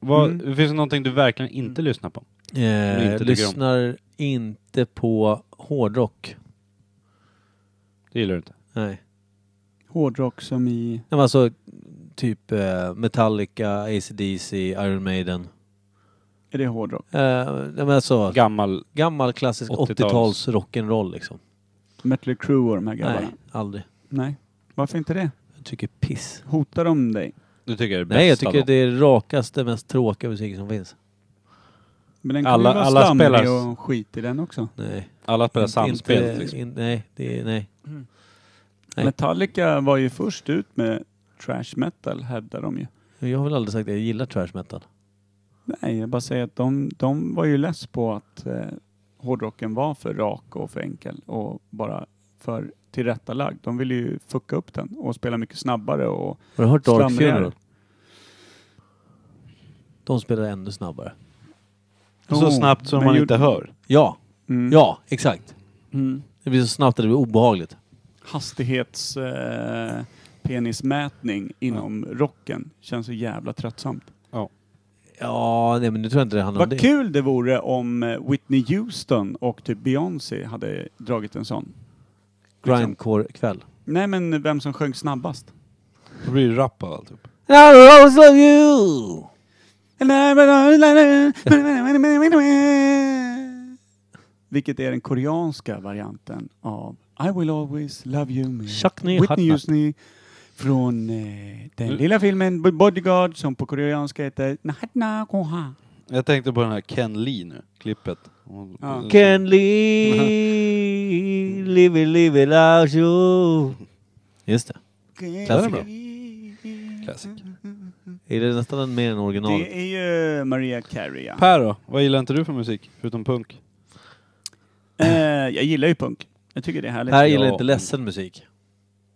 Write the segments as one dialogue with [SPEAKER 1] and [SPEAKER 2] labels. [SPEAKER 1] Vad,
[SPEAKER 2] Mm.
[SPEAKER 1] Finns det någonting du verkligen inte
[SPEAKER 3] Mm.
[SPEAKER 1] lyssnar på? du inte
[SPEAKER 2] Eh,
[SPEAKER 1] tycker om.
[SPEAKER 2] lyssnar inte på hårdrock.
[SPEAKER 1] Det gillar du inte?
[SPEAKER 2] Nej.
[SPEAKER 3] Hårdrock som i...
[SPEAKER 2] Nej, men Alltså typ eh, Metallica, AC/DC, Iron Maiden.
[SPEAKER 3] Är det hårdrock?
[SPEAKER 2] Eh, nej, men alltså,
[SPEAKER 1] Gammal,
[SPEAKER 2] gammal klassisk
[SPEAKER 1] 80-tals.
[SPEAKER 2] 80-tals rock'n'roll liksom.
[SPEAKER 3] Mötley Crüe och de här grabbarna?
[SPEAKER 2] Nej,
[SPEAKER 3] Nej.
[SPEAKER 2] aldrig.
[SPEAKER 3] Varför inte det?
[SPEAKER 2] Jag tycker piss.
[SPEAKER 3] Hotar de dig?
[SPEAKER 1] du tycker det är det
[SPEAKER 2] Nej, jag
[SPEAKER 1] bästa
[SPEAKER 2] tycker
[SPEAKER 1] då?
[SPEAKER 2] det är rakaste, mest tråkiga musiken som finns.
[SPEAKER 3] Men den kan
[SPEAKER 1] Alla-
[SPEAKER 3] ju vara
[SPEAKER 1] alla
[SPEAKER 3] slammig
[SPEAKER 1] spelar-
[SPEAKER 3] och skit i den också.
[SPEAKER 2] Nej.
[SPEAKER 1] Alla spelar
[SPEAKER 2] Inte-
[SPEAKER 1] samspel
[SPEAKER 2] inte-
[SPEAKER 1] liksom.
[SPEAKER 2] in- nej, det är, nej. Nej.
[SPEAKER 3] Metallica var ju först ut med trash metal hävdar de ju.
[SPEAKER 2] Jag har väl aldrig sagt att jag gillar trash metal.
[SPEAKER 3] Nej, jag bara säger att de, de var ju less på att eh, hårdrocken var för rak och för enkel och bara för tillrättalagd. De ville ju fucka upp den och spela mycket snabbare och
[SPEAKER 2] Har du hört Dark
[SPEAKER 3] Slamrigare.
[SPEAKER 2] Funeral? De spelar ännu snabbare.
[SPEAKER 1] Så
[SPEAKER 3] Oh,
[SPEAKER 1] snabbt som
[SPEAKER 3] men
[SPEAKER 1] man
[SPEAKER 3] ju-
[SPEAKER 1] inte hör.
[SPEAKER 2] Ja,
[SPEAKER 3] mm,
[SPEAKER 2] ja, exakt.
[SPEAKER 3] mm,
[SPEAKER 2] Det blir så snabbt att det blir obehagligt.
[SPEAKER 3] hastighets eh, penismätning inom rocken känns så jävla tröttsamt.
[SPEAKER 2] Ja, nej men nu tror jag inte det handlar om
[SPEAKER 3] Vad
[SPEAKER 2] det.
[SPEAKER 3] kul det vore om eh, Whitney Houston och typ Beyoncé hade dragit en sån. liksom.
[SPEAKER 2] Grindcore-kväll.
[SPEAKER 3] Nej men vem som sjöng snabbast.
[SPEAKER 1] Då blir det rap av alltihop.
[SPEAKER 2] I always love you!
[SPEAKER 3] Vilket är den koreanska varianten av I will always love you med
[SPEAKER 2] Chakni
[SPEAKER 3] Whitney
[SPEAKER 2] Hatna.
[SPEAKER 3] Houston från eh, den
[SPEAKER 1] Mm.
[SPEAKER 3] lilla filmen Bo- Bodyguard som på koreanska heter Nahatna Koha.
[SPEAKER 1] Jag tänkte på den här Ken Lee nu, klippet. Eh, Hon-
[SPEAKER 3] Ja.
[SPEAKER 2] Can live, live it, live it out you. Just det. Klassiker.
[SPEAKER 1] Classic.
[SPEAKER 2] Är det nästan mer än originalet?
[SPEAKER 3] Det är ju Maria Carey. Ja.
[SPEAKER 1] Per då? Vad gillar inte du för musik? Förutom punk?
[SPEAKER 3] Eh, jag gillar ju punk. Jag tycker det är härligt.
[SPEAKER 2] Här gillar
[SPEAKER 1] Ja.
[SPEAKER 2] inte ledsen musik.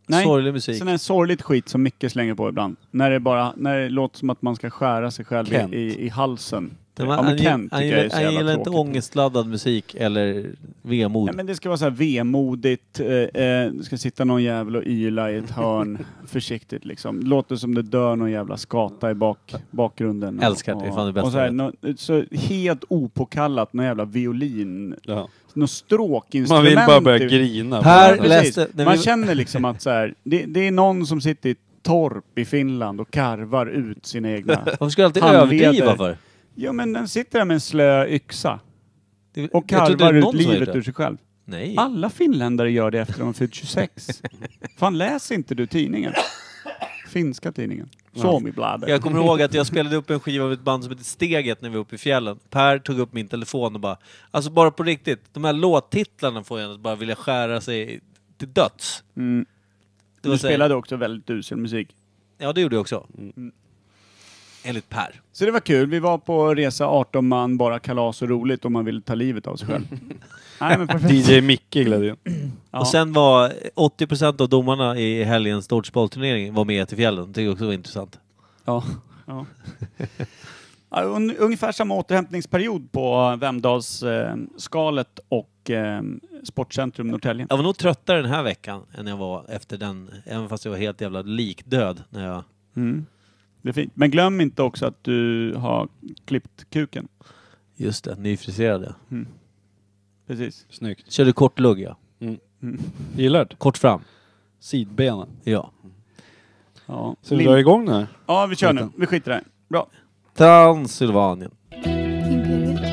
[SPEAKER 3] Nej.
[SPEAKER 2] Sorglig musik.
[SPEAKER 3] Sån här sorgligt skit som Micke slänger på ibland. När det bara när det låter som att man ska skära sig själv i,
[SPEAKER 1] Kent.
[SPEAKER 3] i, i halsen.
[SPEAKER 2] Nej,
[SPEAKER 3] ja,
[SPEAKER 2] men
[SPEAKER 3] men
[SPEAKER 2] han,
[SPEAKER 3] Kent
[SPEAKER 2] han,
[SPEAKER 3] tycker jag är
[SPEAKER 2] gillar,
[SPEAKER 3] så
[SPEAKER 2] han
[SPEAKER 3] jävla
[SPEAKER 2] gillar inte
[SPEAKER 3] tråkigt.
[SPEAKER 2] ångestladdad musik eller vemod.
[SPEAKER 3] Nej, men det ska vara så här vemodigt, eh, eh, det ska sitta någon jävel och yla i ett hörn försiktigt liksom. Låter som det dör någon jävla skata i bak, bakgrunden.
[SPEAKER 2] Älskar det,
[SPEAKER 3] Och-
[SPEAKER 2] det är fan det bästa
[SPEAKER 3] Och så, här,
[SPEAKER 2] jag
[SPEAKER 3] nå- så helt opåkallat någon jävla violin,
[SPEAKER 1] Ja.
[SPEAKER 3] något
[SPEAKER 1] Man
[SPEAKER 3] stråkinstrument.
[SPEAKER 1] vill bara börja
[SPEAKER 3] i-
[SPEAKER 1] grina.
[SPEAKER 2] Per
[SPEAKER 3] Ja, precis.
[SPEAKER 2] läste... när
[SPEAKER 3] Man
[SPEAKER 2] vi-
[SPEAKER 3] känner liksom att så här, det, det är någon som sitter i ett torp i Finland och karvar ut sina egna...
[SPEAKER 2] Varför ska du alltid
[SPEAKER 3] Handleder.
[SPEAKER 2] överdriva för?
[SPEAKER 3] Jo men den sitter där med en slö yxa
[SPEAKER 2] Det-
[SPEAKER 3] och
[SPEAKER 2] jag trodde det
[SPEAKER 3] karvar
[SPEAKER 2] var
[SPEAKER 3] ut
[SPEAKER 2] någon som
[SPEAKER 3] livet
[SPEAKER 2] gjorde det.
[SPEAKER 3] ur sig själv.
[SPEAKER 2] Nej.
[SPEAKER 3] Alla finländare gör det efter de har fyllt 26. Fan läser inte du tidningen? Finska tidningen. Suomibladet.
[SPEAKER 2] Jag kommer ihåg att jag spelade upp en skiva av ett band som hette Steget när vi var uppe i fjällen. Per tog upp min telefon och bara... Alltså bara på riktigt, de här låttitlarna får en att bara vilja skära sig till döds.
[SPEAKER 3] Mm.
[SPEAKER 2] Det var
[SPEAKER 3] Du
[SPEAKER 2] så här-
[SPEAKER 3] spelade också väldigt usel musik.
[SPEAKER 2] Ja, det gjorde jag också. Enligt Per.
[SPEAKER 3] Så det var kul. Vi var på resa 18 man, bara kalas och roligt om man ville ta livet av sig själv. Nej men perfekt.
[SPEAKER 1] DJ Micke gillade ju.
[SPEAKER 3] Ja.
[SPEAKER 2] Och sen var 80% av domarna i helgens dodgeballturnering var med till fjällen. Det är också intressant.
[SPEAKER 3] Ja. ja. Ja, un- Ungefär samma återhämtningsperiod på eh, Vemdalsskalet och eh, Sportcentrum Norrtälje.
[SPEAKER 2] Jag var nog tröttare den här veckan än jag var efter den, även fast jag var helt jävla likdöd när jag...
[SPEAKER 3] Mm. Det är fint. Men glöm inte också att du har klippt kuken.
[SPEAKER 2] Just det, nyfriserade.
[SPEAKER 3] Precis.
[SPEAKER 1] Snyggt.
[SPEAKER 2] Körde kort lugg ja.
[SPEAKER 1] Gillar det?
[SPEAKER 2] Kort fram.
[SPEAKER 1] Sidbenen.
[SPEAKER 2] Ja.
[SPEAKER 3] Ja.
[SPEAKER 1] Ska vi
[SPEAKER 3] Lin-
[SPEAKER 1] dra igång nu?
[SPEAKER 3] ja, vi kör nu. Vi skiter i det här. Bra.
[SPEAKER 2] Transylvanien.
[SPEAKER 4] Imperial. Imperial.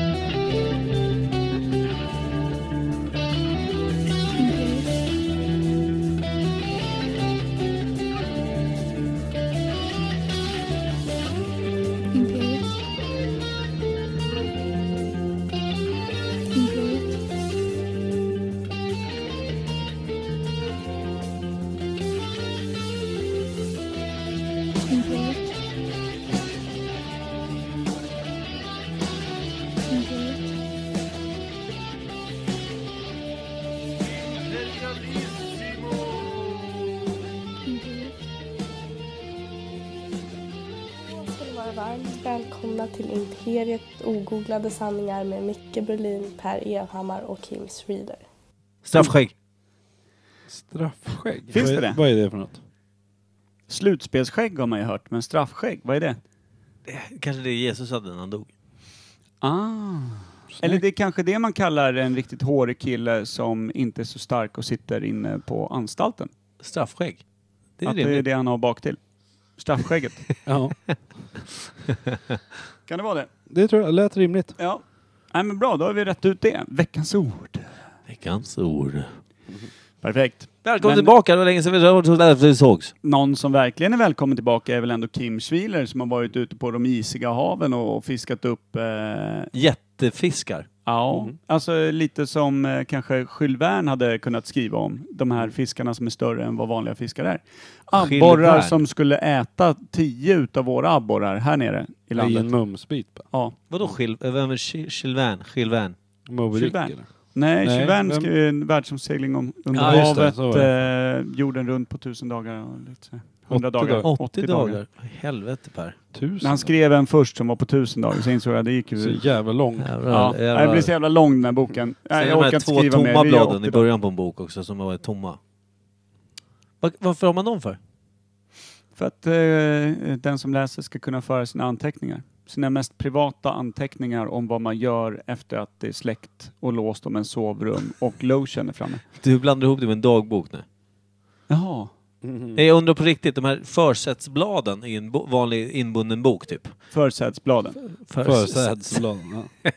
[SPEAKER 4] Imperial. Imperial. Imperial. Imperial. Imperial.
[SPEAKER 5] ska ni vara varmt välkomna till Imperiet ogooglade sanningar med Micke Berlin, Per Evhammar och Kim Schreeder.
[SPEAKER 2] Straffskägg.
[SPEAKER 1] Straffskägg?
[SPEAKER 3] Finns
[SPEAKER 1] vad är,
[SPEAKER 3] det det?
[SPEAKER 1] Vad är det för något?
[SPEAKER 3] Slutspelsskägg har man ju hört, men straffskägg, vad är det?
[SPEAKER 2] eh, kanske det Jesus hade när han dog.
[SPEAKER 3] Ah. Eller det är kanske det man kallar en riktigt hårig kille som inte är så stark och sitter inne på anstalten.
[SPEAKER 2] Straffskägg. Det är
[SPEAKER 3] att det är
[SPEAKER 2] rimligt.
[SPEAKER 3] det han har bak till. Straffskägget.
[SPEAKER 1] Ja,
[SPEAKER 3] kan det vara det?
[SPEAKER 1] det tror jag lät rimligt.
[SPEAKER 3] Ja. Nej men bra, då har vi rätt ut det. Veckans ord.
[SPEAKER 2] Veckans ord.
[SPEAKER 3] Perfekt.
[SPEAKER 2] Välkommen
[SPEAKER 3] Men-
[SPEAKER 2] tillbaka, det var länge sedan vi sågs.
[SPEAKER 3] Någon som verkligen är välkommen tillbaka är väl ändå Kim Schwiler som har varit ute på de isiga haven och fiskat upp eh,
[SPEAKER 2] Jättefiskar.
[SPEAKER 3] Ja, alltså lite som eh, kanske Jules Verne hade kunnat skriva om. De här fiskarna som är större än vad vanliga fiskar är. Abborrar
[SPEAKER 2] Verne.
[SPEAKER 3] som skulle äta tio utav våra abborrar här nere i
[SPEAKER 1] I
[SPEAKER 3] landet.
[SPEAKER 1] en mumsbit bara.
[SPEAKER 3] Ja.
[SPEAKER 2] Vadå Chil... Vem är Chil- Chilvän? Chilvän?
[SPEAKER 1] Moby Dick
[SPEAKER 3] Sylvain.
[SPEAKER 1] eller?
[SPEAKER 3] Nej,
[SPEAKER 1] Nej,
[SPEAKER 3] Jules Verne
[SPEAKER 1] vem-
[SPEAKER 3] skrev ju en världsomsegling om, under
[SPEAKER 1] Ja, just det,
[SPEAKER 3] havet,
[SPEAKER 1] så var
[SPEAKER 3] eh, jorden runt på tusen dagar. Och lite, så här. 100
[SPEAKER 1] 80
[SPEAKER 3] dagar.
[SPEAKER 1] dagar.
[SPEAKER 2] 80, dagar. Helvete Per.
[SPEAKER 1] Tusen?
[SPEAKER 3] När han skrev en först som var på tusen dagar så insåg jag det gick
[SPEAKER 1] Så
[SPEAKER 3] ju...
[SPEAKER 1] jävla lång.
[SPEAKER 2] Jävlar,
[SPEAKER 3] Ja,
[SPEAKER 2] jävlar.
[SPEAKER 3] det blir så jävla lång den här boken. Nej, jag
[SPEAKER 2] Sen de
[SPEAKER 3] orkar
[SPEAKER 2] här
[SPEAKER 3] inte
[SPEAKER 2] två
[SPEAKER 3] skriva mer.
[SPEAKER 2] tomma
[SPEAKER 3] Vi gör 80
[SPEAKER 2] bladen i
[SPEAKER 3] dagar.
[SPEAKER 2] början på en bok också som var tomma. Va- Varför har man dem för?
[SPEAKER 3] För att eh, den som läser ska kunna föra sina anteckningar. Sina mest privata anteckningar om vad man gör efter att det är släckt och låst om en sovrum och lotion är framme.
[SPEAKER 2] Du blandar ihop det med en dagbok nu.
[SPEAKER 3] Jaha.
[SPEAKER 2] Nej, jag undrar på riktigt, de här försättsbladen i en bo- vanlig inbunden bok typ.
[SPEAKER 3] Försädsbladen.
[SPEAKER 1] Försädsblad. Ja.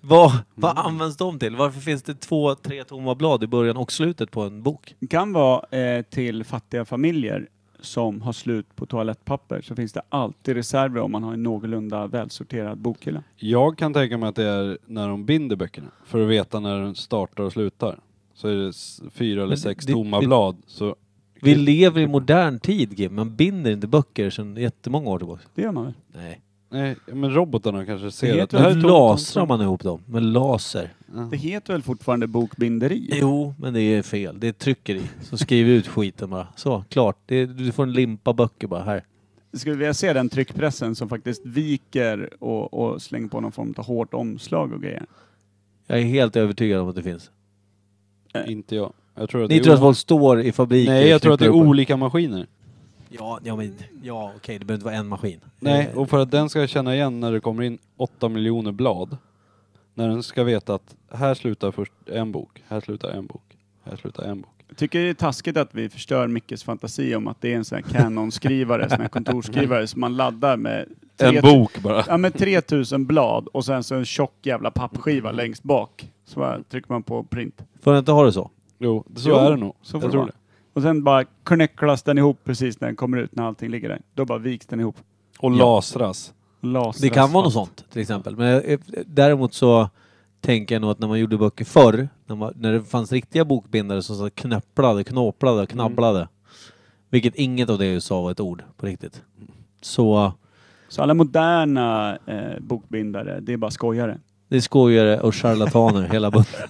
[SPEAKER 2] Vad, vad används de till? Varför finns det två, tre tomma blad i början och slutet på en bok?
[SPEAKER 3] Kan vara eh, till fattiga familjer som har slut på toalettpapper så finns det alltid reserver om man har en någorlunda välsorterad bokhylla.
[SPEAKER 1] Jag kan tänka mig att det är när de binder böckerna, för att veta när de startar och slutar. Så är det s- fyra eller
[SPEAKER 2] Men
[SPEAKER 1] sex
[SPEAKER 2] det-
[SPEAKER 1] tomma
[SPEAKER 2] det-
[SPEAKER 1] blad. Så
[SPEAKER 2] Vi lever i modern tid, Gim. Man binder inte böcker sedan jättemånga år tillbaka.
[SPEAKER 3] Det gör man väl?
[SPEAKER 2] Nej.
[SPEAKER 1] nej, men robotarna kanske
[SPEAKER 3] Det
[SPEAKER 1] ser att
[SPEAKER 3] heter
[SPEAKER 1] det här är
[SPEAKER 3] väl
[SPEAKER 1] tomt.
[SPEAKER 2] Lasrar man ihop dem med laser?
[SPEAKER 3] Det heter väl fortfarande bokbinderi?
[SPEAKER 2] Jo, men det är fel. Det är tryckeri. Så skriver ut skiten bara. Så, klart. Det är, du får en limpa böcker bara här.
[SPEAKER 3] Skulle vilja se den tryckpressen som faktiskt viker och, och slänger på någon form av hårt omslag och grejer.
[SPEAKER 2] Jag är helt övertygad om att det finns.
[SPEAKER 1] Inte jag. jag tror att
[SPEAKER 2] Ni
[SPEAKER 1] det är
[SPEAKER 2] tror att
[SPEAKER 1] o-
[SPEAKER 2] folk står i fabriker?
[SPEAKER 1] Nej, jag tror att det är
[SPEAKER 2] knyter upp-
[SPEAKER 1] olika maskiner.
[SPEAKER 2] Ja, ja, men, ja okej, det behöver inte vara en maskin.
[SPEAKER 1] Nej,
[SPEAKER 2] Eh,
[SPEAKER 1] och för att den ska känna igen när det kommer in åtta miljoner blad. När den ska veta att här slutar först en bok, här slutar en bok, här slutar en bok.
[SPEAKER 3] Jag tycker det är taskigt att vi förstör Mickes fantasi om att det är en sån här Canon-skrivare, sån här kontorsskrivare som man laddar med
[SPEAKER 1] En
[SPEAKER 3] tre-
[SPEAKER 1] bok bara.
[SPEAKER 3] Ja, med 3000 blad och sen så en tjock jävla pappskiva längst bak. Så bara trycker man på print.
[SPEAKER 2] Får jag inte ha det så?
[SPEAKER 1] Jo, så
[SPEAKER 3] Jo,
[SPEAKER 1] är det nog.
[SPEAKER 3] Så får
[SPEAKER 1] jag
[SPEAKER 3] det
[SPEAKER 1] tror
[SPEAKER 3] vara.
[SPEAKER 1] det.
[SPEAKER 3] Och sen bara knäcklas den ihop precis när den kommer ut, när allting ligger där. Då bara viks den ihop.
[SPEAKER 1] Och
[SPEAKER 2] Ja.
[SPEAKER 1] lasras.
[SPEAKER 3] Lasras
[SPEAKER 2] Det kan vara något sånt till exempel. Men eh, däremot så tänker jag nog att när man gjorde böcker förr, när, man, när det fanns riktiga bokbindare som så knäpplade, knåplade,
[SPEAKER 3] Mm.
[SPEAKER 2] och knabblade. Vilket inget av det jag sa var ett ord på riktigt.
[SPEAKER 3] Mm.
[SPEAKER 2] Så
[SPEAKER 3] Så alla moderna eh, bokbindare, det är bara skojare.
[SPEAKER 2] det är skojare och charlataner hela bunten.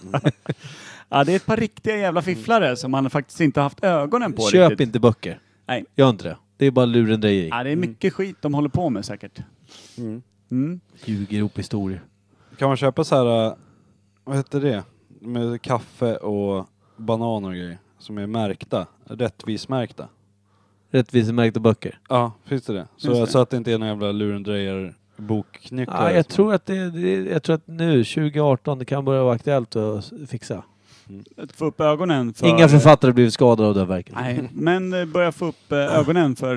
[SPEAKER 3] Ja, det är ett par riktiga jävla fifflare som man faktiskt inte haft ögonen på
[SPEAKER 2] Köp
[SPEAKER 3] riktigt.
[SPEAKER 2] inte böcker.
[SPEAKER 3] Nej. Ah.
[SPEAKER 2] Gör inte det. Det är bara lurendrejeri.
[SPEAKER 3] Ja, det är mycket skit de håller på med säkert. Mm.
[SPEAKER 2] Ljuger ihop historier.
[SPEAKER 1] Kan man köpa så här, äh, vad heter det, med kaffe och bananer och grejer som är märkta, rättvismärkta?
[SPEAKER 2] Rättvisemärkta böcker.
[SPEAKER 1] Ja, finns det det? Så,
[SPEAKER 3] Finns det.
[SPEAKER 1] så att det inte är någon jävla liksom. lurendrejar bokknycklare.
[SPEAKER 2] Ja, Ah, jag,
[SPEAKER 1] som-
[SPEAKER 2] tror att det, det, jag tror att nu, 2018, det kan börja vara aktuellt att fixa.
[SPEAKER 3] Att Få upp ögonen för...
[SPEAKER 2] Inga författare blivit skadade av det här verket.
[SPEAKER 3] Nej, men eh, börja få upp eh, ögonen för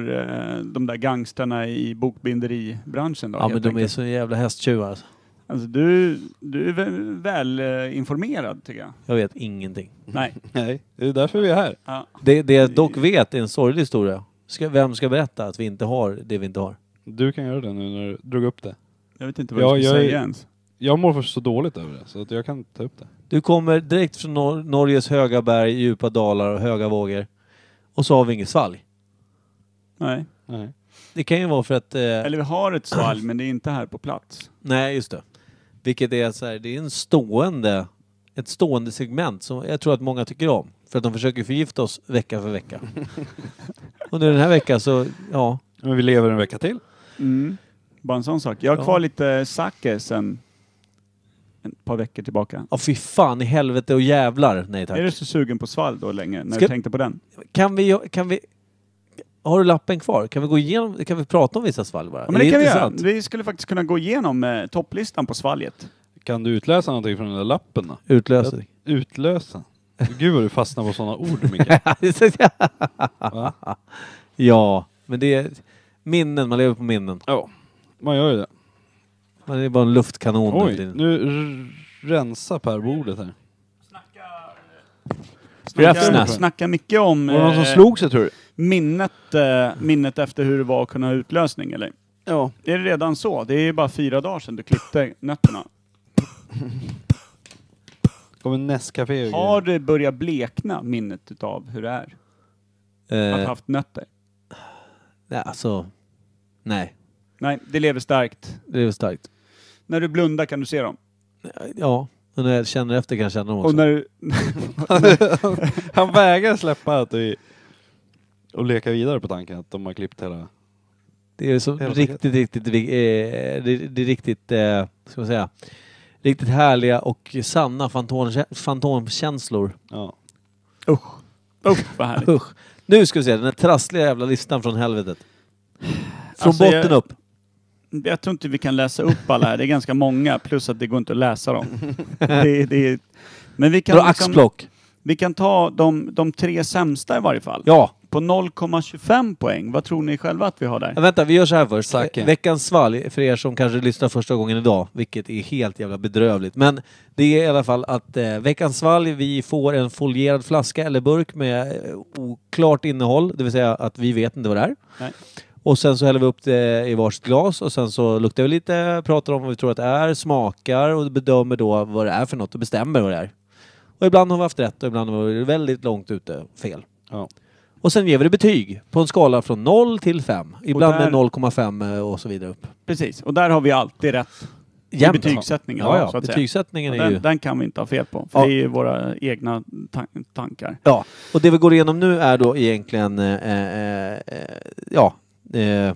[SPEAKER 3] eh, de där gangstrarna i bokbinderibranschen då
[SPEAKER 2] Ja
[SPEAKER 3] helt
[SPEAKER 2] men de är
[SPEAKER 3] enkelt.
[SPEAKER 2] så jävla hästtjuvar alltså.
[SPEAKER 3] Alltså, du, du är väl, väl eh, informerad tycker jag.
[SPEAKER 2] Jag vet ingenting.
[SPEAKER 3] Nej.
[SPEAKER 1] Nej, det är därför vi är här.
[SPEAKER 3] Ja.
[SPEAKER 2] Det, det jag dock vet är en sorglig historia. Ska, vem ska berätta att vi inte har det vi inte har?
[SPEAKER 1] Du kan göra det nu när du drog upp det.
[SPEAKER 3] Jag vet inte vad
[SPEAKER 1] Ja,
[SPEAKER 3] jag ska
[SPEAKER 1] jag är-
[SPEAKER 3] säga ens.
[SPEAKER 1] Jag mår först så dåligt över det, så att jag kan ta upp det.
[SPEAKER 2] Du kommer direkt från Nor- Norges höga berg, djupa dalar och höga vågor. Och så har vi inget svalg.
[SPEAKER 3] Nej.
[SPEAKER 1] Nej.
[SPEAKER 2] Det kan ju vara för att... Eh,
[SPEAKER 3] Eller vi har ett svalg men det är inte här på plats.
[SPEAKER 2] Nej, just det. Vilket är så här, det är en stående, ett stående segment som jag tror att många tycker om. För att de försöker förgifta oss vecka för vecka. och nu den här veckan så, ja.
[SPEAKER 1] Men vi lever en vecka till.
[SPEAKER 3] Mm. Bara en sån sak. Jag har
[SPEAKER 2] Ja.
[SPEAKER 3] kvar lite sake sen ett par veckor tillbaka.
[SPEAKER 2] Ja fy fan i helvete och jävlar. Nej tack.
[SPEAKER 3] Är du så sugen på svalg då länge när
[SPEAKER 2] Ska-
[SPEAKER 3] du tänkte på den?
[SPEAKER 2] Kan vi, kan vi... Har du lappen kvar? Kan vi gå igenom, kan vi prata om vissa svalg bara?
[SPEAKER 3] Ja, men det, kan vi göra.
[SPEAKER 2] intressant.
[SPEAKER 3] Vi skulle faktiskt kunna gå igenom eh, topplistan på svalget.
[SPEAKER 1] Kan du utläsa någonting från den där lappen då?
[SPEAKER 2] Utlösning.
[SPEAKER 1] Utlösa? Gud vad du fastnar på sådana ord Mikael. Va?
[SPEAKER 2] ja, men det är minnen. Man lever på minnen.
[SPEAKER 1] Ja, man gör ju det.
[SPEAKER 2] Man är bara en luftkanon. nu för
[SPEAKER 1] Oj,
[SPEAKER 2] tiden.
[SPEAKER 1] nu r- rensa Per bordet här.
[SPEAKER 3] Snackar,
[SPEAKER 2] Räfsnäs.
[SPEAKER 3] snackar mycket om
[SPEAKER 1] Var det någon som
[SPEAKER 3] eh,
[SPEAKER 1] slog sig tror du?
[SPEAKER 3] minnet, eh, minnet efter hur det var att kunna ha utlösning eller?
[SPEAKER 1] Ja.
[SPEAKER 3] Är det redan så? Det är ju bara fyra dagar sedan du klippte nötterna.
[SPEAKER 1] Kommer Nescafé och
[SPEAKER 3] Har
[SPEAKER 1] grejer.
[SPEAKER 3] det börjat blekna minnet utav hur det är att
[SPEAKER 2] Eh,
[SPEAKER 3] haft nötter?
[SPEAKER 2] nej, alltså, nej.
[SPEAKER 3] Nej, det lever starkt.
[SPEAKER 2] Det är väl starkt.
[SPEAKER 3] När du blundar kan du se dem.
[SPEAKER 2] Ja, och när jag känner efter kan jag känna dem också.
[SPEAKER 3] Och när du,
[SPEAKER 1] Han vägrar släppa att vi... Och leka vidare på tanken att de har klippt hela...
[SPEAKER 2] Det är så
[SPEAKER 1] Hela
[SPEAKER 2] riktigt, riktigt, vi- eh, det, det är riktigt, eh, ska man säga, riktigt härliga och sanna fantom, fantomkänslor.
[SPEAKER 1] Ja.
[SPEAKER 3] usch, usch vad härligt.
[SPEAKER 2] Usch. Nu ska vi se den här trassliga jävla listan från helvetet. Från
[SPEAKER 3] Alltså,
[SPEAKER 2] botten
[SPEAKER 3] jag-
[SPEAKER 2] upp.
[SPEAKER 3] Jag tror inte vi kan läsa upp alla här, det är ganska många, plus att det går inte att läsa dem. Det, är- det, är- men vi kan,
[SPEAKER 2] Dra
[SPEAKER 3] liksom-
[SPEAKER 2] axplock.
[SPEAKER 3] vi kan ta de, de tre sämsta i varje fall.
[SPEAKER 2] Ja,
[SPEAKER 3] På 0,25 poäng, vad tror ni själva att vi har där?
[SPEAKER 2] men vänta vi gör så här först.
[SPEAKER 1] Sacke.
[SPEAKER 2] Eh, Veckans svalg, för er som kanske lyssnar första gången idag, vilket är helt jävla bedrövligt. Men det är i alla fall att eh, veckans svalg, vi får en folierad flaska eller burk med eh, oklart innehåll, det vill säga att vi vet inte vad det är.
[SPEAKER 3] Nej.
[SPEAKER 2] Och sen så häller vi upp det i varsitt glas och sen så luktar vi lite, pratar om vad vi tror att det är, smakar och bedömer då vad det är för något och bestämmer vad det är. Och ibland har vi haft rätt och ibland har vi varit väldigt långt ute fel.
[SPEAKER 1] Ja.
[SPEAKER 2] Och sen ger vi det betyg på en skala från 0 till 5. Ibland
[SPEAKER 3] där-
[SPEAKER 2] med 0,5 eh, och så vidare upp.
[SPEAKER 3] Precis, och där har vi alltid rätt.
[SPEAKER 2] Jämt.
[SPEAKER 3] betygssättningen,
[SPEAKER 2] Ja,
[SPEAKER 3] ja,
[SPEAKER 2] ja.
[SPEAKER 3] så att säga.
[SPEAKER 2] Betygssättningen är ju...
[SPEAKER 3] Den, den kan vi inte ha fel på, för
[SPEAKER 2] Ja.
[SPEAKER 3] det är ju våra egna tan- tankar.
[SPEAKER 2] Ja. Och det vi går igenom nu är då egentligen... Eh, eh, eh, ja. Eh,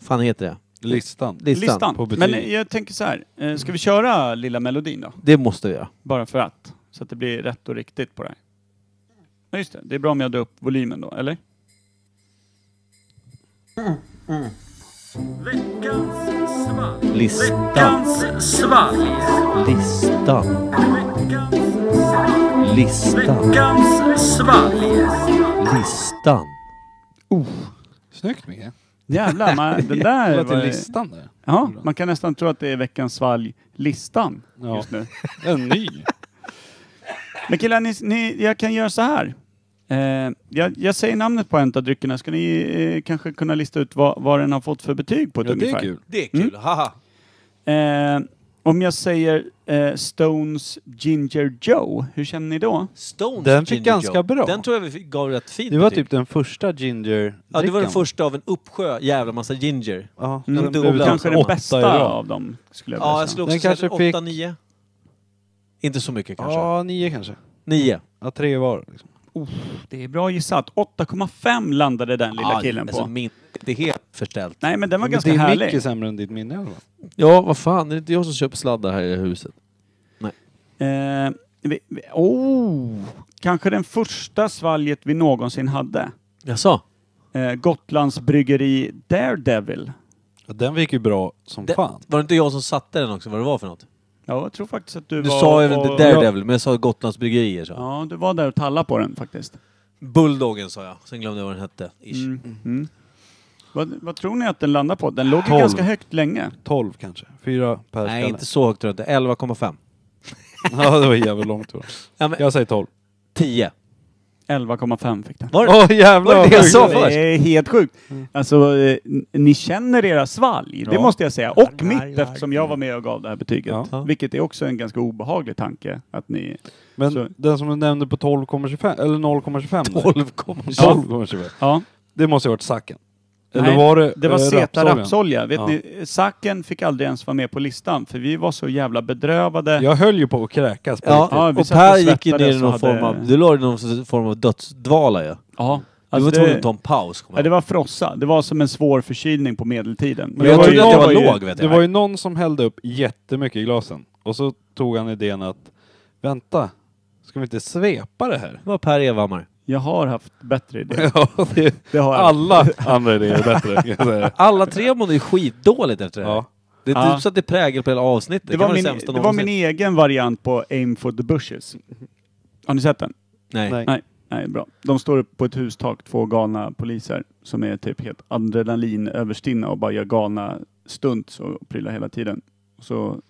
[SPEAKER 2] fan heter det?
[SPEAKER 1] Listan.
[SPEAKER 2] Listan.
[SPEAKER 3] Listan.
[SPEAKER 1] på betyg.
[SPEAKER 3] Men jag tänker så här, eh, ska vi köra lilla melodin då?
[SPEAKER 2] Det måste vi göra.
[SPEAKER 3] Bara för att, så att det blir rätt och riktigt på det här. Ja, just det. Det är bra om jag drar upp volymen då, eller?
[SPEAKER 2] Listan. Listan. Listan. Listan.
[SPEAKER 1] Snyggt Micke.
[SPEAKER 3] Jävlar, man, den
[SPEAKER 1] Det
[SPEAKER 3] där
[SPEAKER 1] lät
[SPEAKER 3] var,
[SPEAKER 1] till listan där.
[SPEAKER 3] ja, man kan nästan tro att det är veckans svalg, listan,
[SPEAKER 1] Ja.
[SPEAKER 3] just nu.
[SPEAKER 1] En ny.
[SPEAKER 3] Men killar, ni, ni, jag kan göra så här. Eh, jag, jag säger namnet på en av dryckerna, ska ni eh, kanske kunna lista ut vad, vad den har fått för betyg på ett
[SPEAKER 1] Ja, det
[SPEAKER 3] ungefär?
[SPEAKER 1] är kul.
[SPEAKER 2] Det är kul. Haha.
[SPEAKER 3] Eh, om jag säger eh, Stones Ginger Joe, hur känner ni då?
[SPEAKER 2] Stones
[SPEAKER 1] Den fick
[SPEAKER 2] Ginger
[SPEAKER 1] ganska
[SPEAKER 2] Joe.
[SPEAKER 1] bra.
[SPEAKER 2] Den tror jag vi fick- gav rätt fint
[SPEAKER 1] Det var
[SPEAKER 2] betyg.
[SPEAKER 1] typ den första ginger
[SPEAKER 2] Ja, det var den första av en uppsjö jävla massa ginger.
[SPEAKER 1] Ja,
[SPEAKER 2] Mm,
[SPEAKER 1] den
[SPEAKER 2] det
[SPEAKER 1] blev
[SPEAKER 2] var
[SPEAKER 3] Kanske den
[SPEAKER 1] åtta i
[SPEAKER 3] bästa
[SPEAKER 1] rad.
[SPEAKER 3] av dem, skulle jag vilja
[SPEAKER 2] Ja, jag
[SPEAKER 3] säga.
[SPEAKER 2] skulle också
[SPEAKER 1] Den
[SPEAKER 2] säga
[SPEAKER 1] kanske
[SPEAKER 2] åtta,
[SPEAKER 1] fick-
[SPEAKER 2] nio. Inte så mycket kanske.
[SPEAKER 1] Ja, nio kanske.
[SPEAKER 2] Nio.
[SPEAKER 1] Ja, tre var liksom.
[SPEAKER 3] Det är bra gissat. 8,5 landade den lilla
[SPEAKER 2] Ja,
[SPEAKER 3] killen
[SPEAKER 2] alltså,
[SPEAKER 3] på.
[SPEAKER 2] Min, det är helt förställt.
[SPEAKER 3] Nej, men den var
[SPEAKER 1] Men
[SPEAKER 3] ganska
[SPEAKER 1] det är
[SPEAKER 3] härlig.
[SPEAKER 1] mycket sämre än ditt minne i alla fall.
[SPEAKER 2] Ja, vad fan, det är inte jag som köper sladdar här i huset.
[SPEAKER 3] Eh, vi, vi, oh, kanske den första svalget vi någonsin hade.
[SPEAKER 2] Jaså?
[SPEAKER 3] Eh, Gotlands bryggeri Daredevil.
[SPEAKER 1] Ja, Den gick ju bra som
[SPEAKER 2] Det-
[SPEAKER 1] fan.
[SPEAKER 2] Var det inte jag som satte den också, vad det var för något?
[SPEAKER 3] Ja, jag tror faktiskt att du
[SPEAKER 2] Du
[SPEAKER 3] var...
[SPEAKER 2] sa ju inte
[SPEAKER 3] och-
[SPEAKER 2] Daredevil, men jag sa Gotlands Bryggerier. Så.
[SPEAKER 3] Ja, du var där och tallade på den faktiskt.
[SPEAKER 2] Bulldoggen sa jag, sen glömde jag vad den hette. Ish.
[SPEAKER 3] Mm. Mm. Vad, vad tror ni att den landar på? Den låg ju
[SPEAKER 1] Tolv.
[SPEAKER 3] ganska högt länge.
[SPEAKER 1] 12 kanske. Fyra per
[SPEAKER 2] Nej,
[SPEAKER 1] skalle.
[SPEAKER 2] inte så högt tror jag inte. 11,5.
[SPEAKER 1] Ja, det var jävligt långt. tror
[SPEAKER 2] Ja, men
[SPEAKER 1] Jag säger 12.
[SPEAKER 2] 10.
[SPEAKER 3] 11,5 fick den.
[SPEAKER 2] Var det?
[SPEAKER 1] Åh jävlar
[SPEAKER 2] Var det det jag
[SPEAKER 1] sjukt.
[SPEAKER 2] sa Mm.
[SPEAKER 3] Det är helt sjukt. Alltså, eh, n- ni känner era svalg, det
[SPEAKER 1] Ja.
[SPEAKER 3] måste jag säga. Och
[SPEAKER 2] Ja,
[SPEAKER 3] mitt,
[SPEAKER 2] ja,
[SPEAKER 3] eftersom jag var med och gav det här betyget.
[SPEAKER 2] Ja.
[SPEAKER 3] Vilket är också en ganska obehaglig tanke, att ni...
[SPEAKER 1] Men
[SPEAKER 3] Så-
[SPEAKER 1] den som du nämnde på 12,25 eller 0,25 där.
[SPEAKER 2] 12,7.
[SPEAKER 1] 12,25.
[SPEAKER 3] Ja.
[SPEAKER 1] Det måste ha varit sacken. Eller
[SPEAKER 3] Nej,
[SPEAKER 1] var det
[SPEAKER 3] Det var
[SPEAKER 1] eh,
[SPEAKER 3] Zeta
[SPEAKER 1] rapsoljan?
[SPEAKER 3] rapsolja. Vet
[SPEAKER 1] Ja.
[SPEAKER 3] ni, Saken fick aldrig ens vara med på listan, för vi var så jävla bedrövade.
[SPEAKER 1] Jag höll ju på att kräkas på
[SPEAKER 2] Ja,
[SPEAKER 1] riktigt.
[SPEAKER 3] Ja, vi
[SPEAKER 2] och
[SPEAKER 3] satt
[SPEAKER 2] Per
[SPEAKER 3] och
[SPEAKER 2] gick ju ner
[SPEAKER 3] svettades
[SPEAKER 2] i
[SPEAKER 3] och
[SPEAKER 2] någon form
[SPEAKER 3] hade-
[SPEAKER 2] av... Du la dig i någon form av dödsdvala ju.
[SPEAKER 3] Ja.
[SPEAKER 2] Du
[SPEAKER 3] Alltså
[SPEAKER 2] var tvungen att
[SPEAKER 3] det,
[SPEAKER 2] ta en paus. kommer
[SPEAKER 3] ja,
[SPEAKER 2] jag
[SPEAKER 3] det var frossa. Det var som en svår förkylning på medeltiden.
[SPEAKER 1] Men
[SPEAKER 2] ihåg. Jag
[SPEAKER 1] var ju-
[SPEAKER 2] trodde att jag
[SPEAKER 1] det
[SPEAKER 2] var
[SPEAKER 1] var ju-
[SPEAKER 2] låg vet
[SPEAKER 1] Det
[SPEAKER 2] jag.
[SPEAKER 1] var ju någon som hällde upp jättemycket i glasen. Och så tog han idén att, vänta, ska vi inte svepa det här?
[SPEAKER 2] Det var Per Evhammar.
[SPEAKER 3] Jag har haft bättre idéer.
[SPEAKER 1] ja, det,
[SPEAKER 3] Det har jag.
[SPEAKER 1] alla andra idéer är bättre kan jag säga.
[SPEAKER 2] Alla tre mådde ju skitdåligt efter det här.
[SPEAKER 1] Ja.
[SPEAKER 2] Det är
[SPEAKER 3] Ja.
[SPEAKER 2] typ så att det prägel på hela avsnittet.
[SPEAKER 3] Det var,
[SPEAKER 2] kan
[SPEAKER 3] min,
[SPEAKER 2] vara det sämsta
[SPEAKER 3] det var min
[SPEAKER 2] någonsin.
[SPEAKER 3] egen variant på Aim for the Bushes. Har ni sett den?
[SPEAKER 2] Nej.
[SPEAKER 1] Nej.
[SPEAKER 3] Nej, bra. De står upp på ett hustak, två galna poliser som är typ helt adrenalinöverstinna och bara gör galna stunts och prylar hela tiden. Så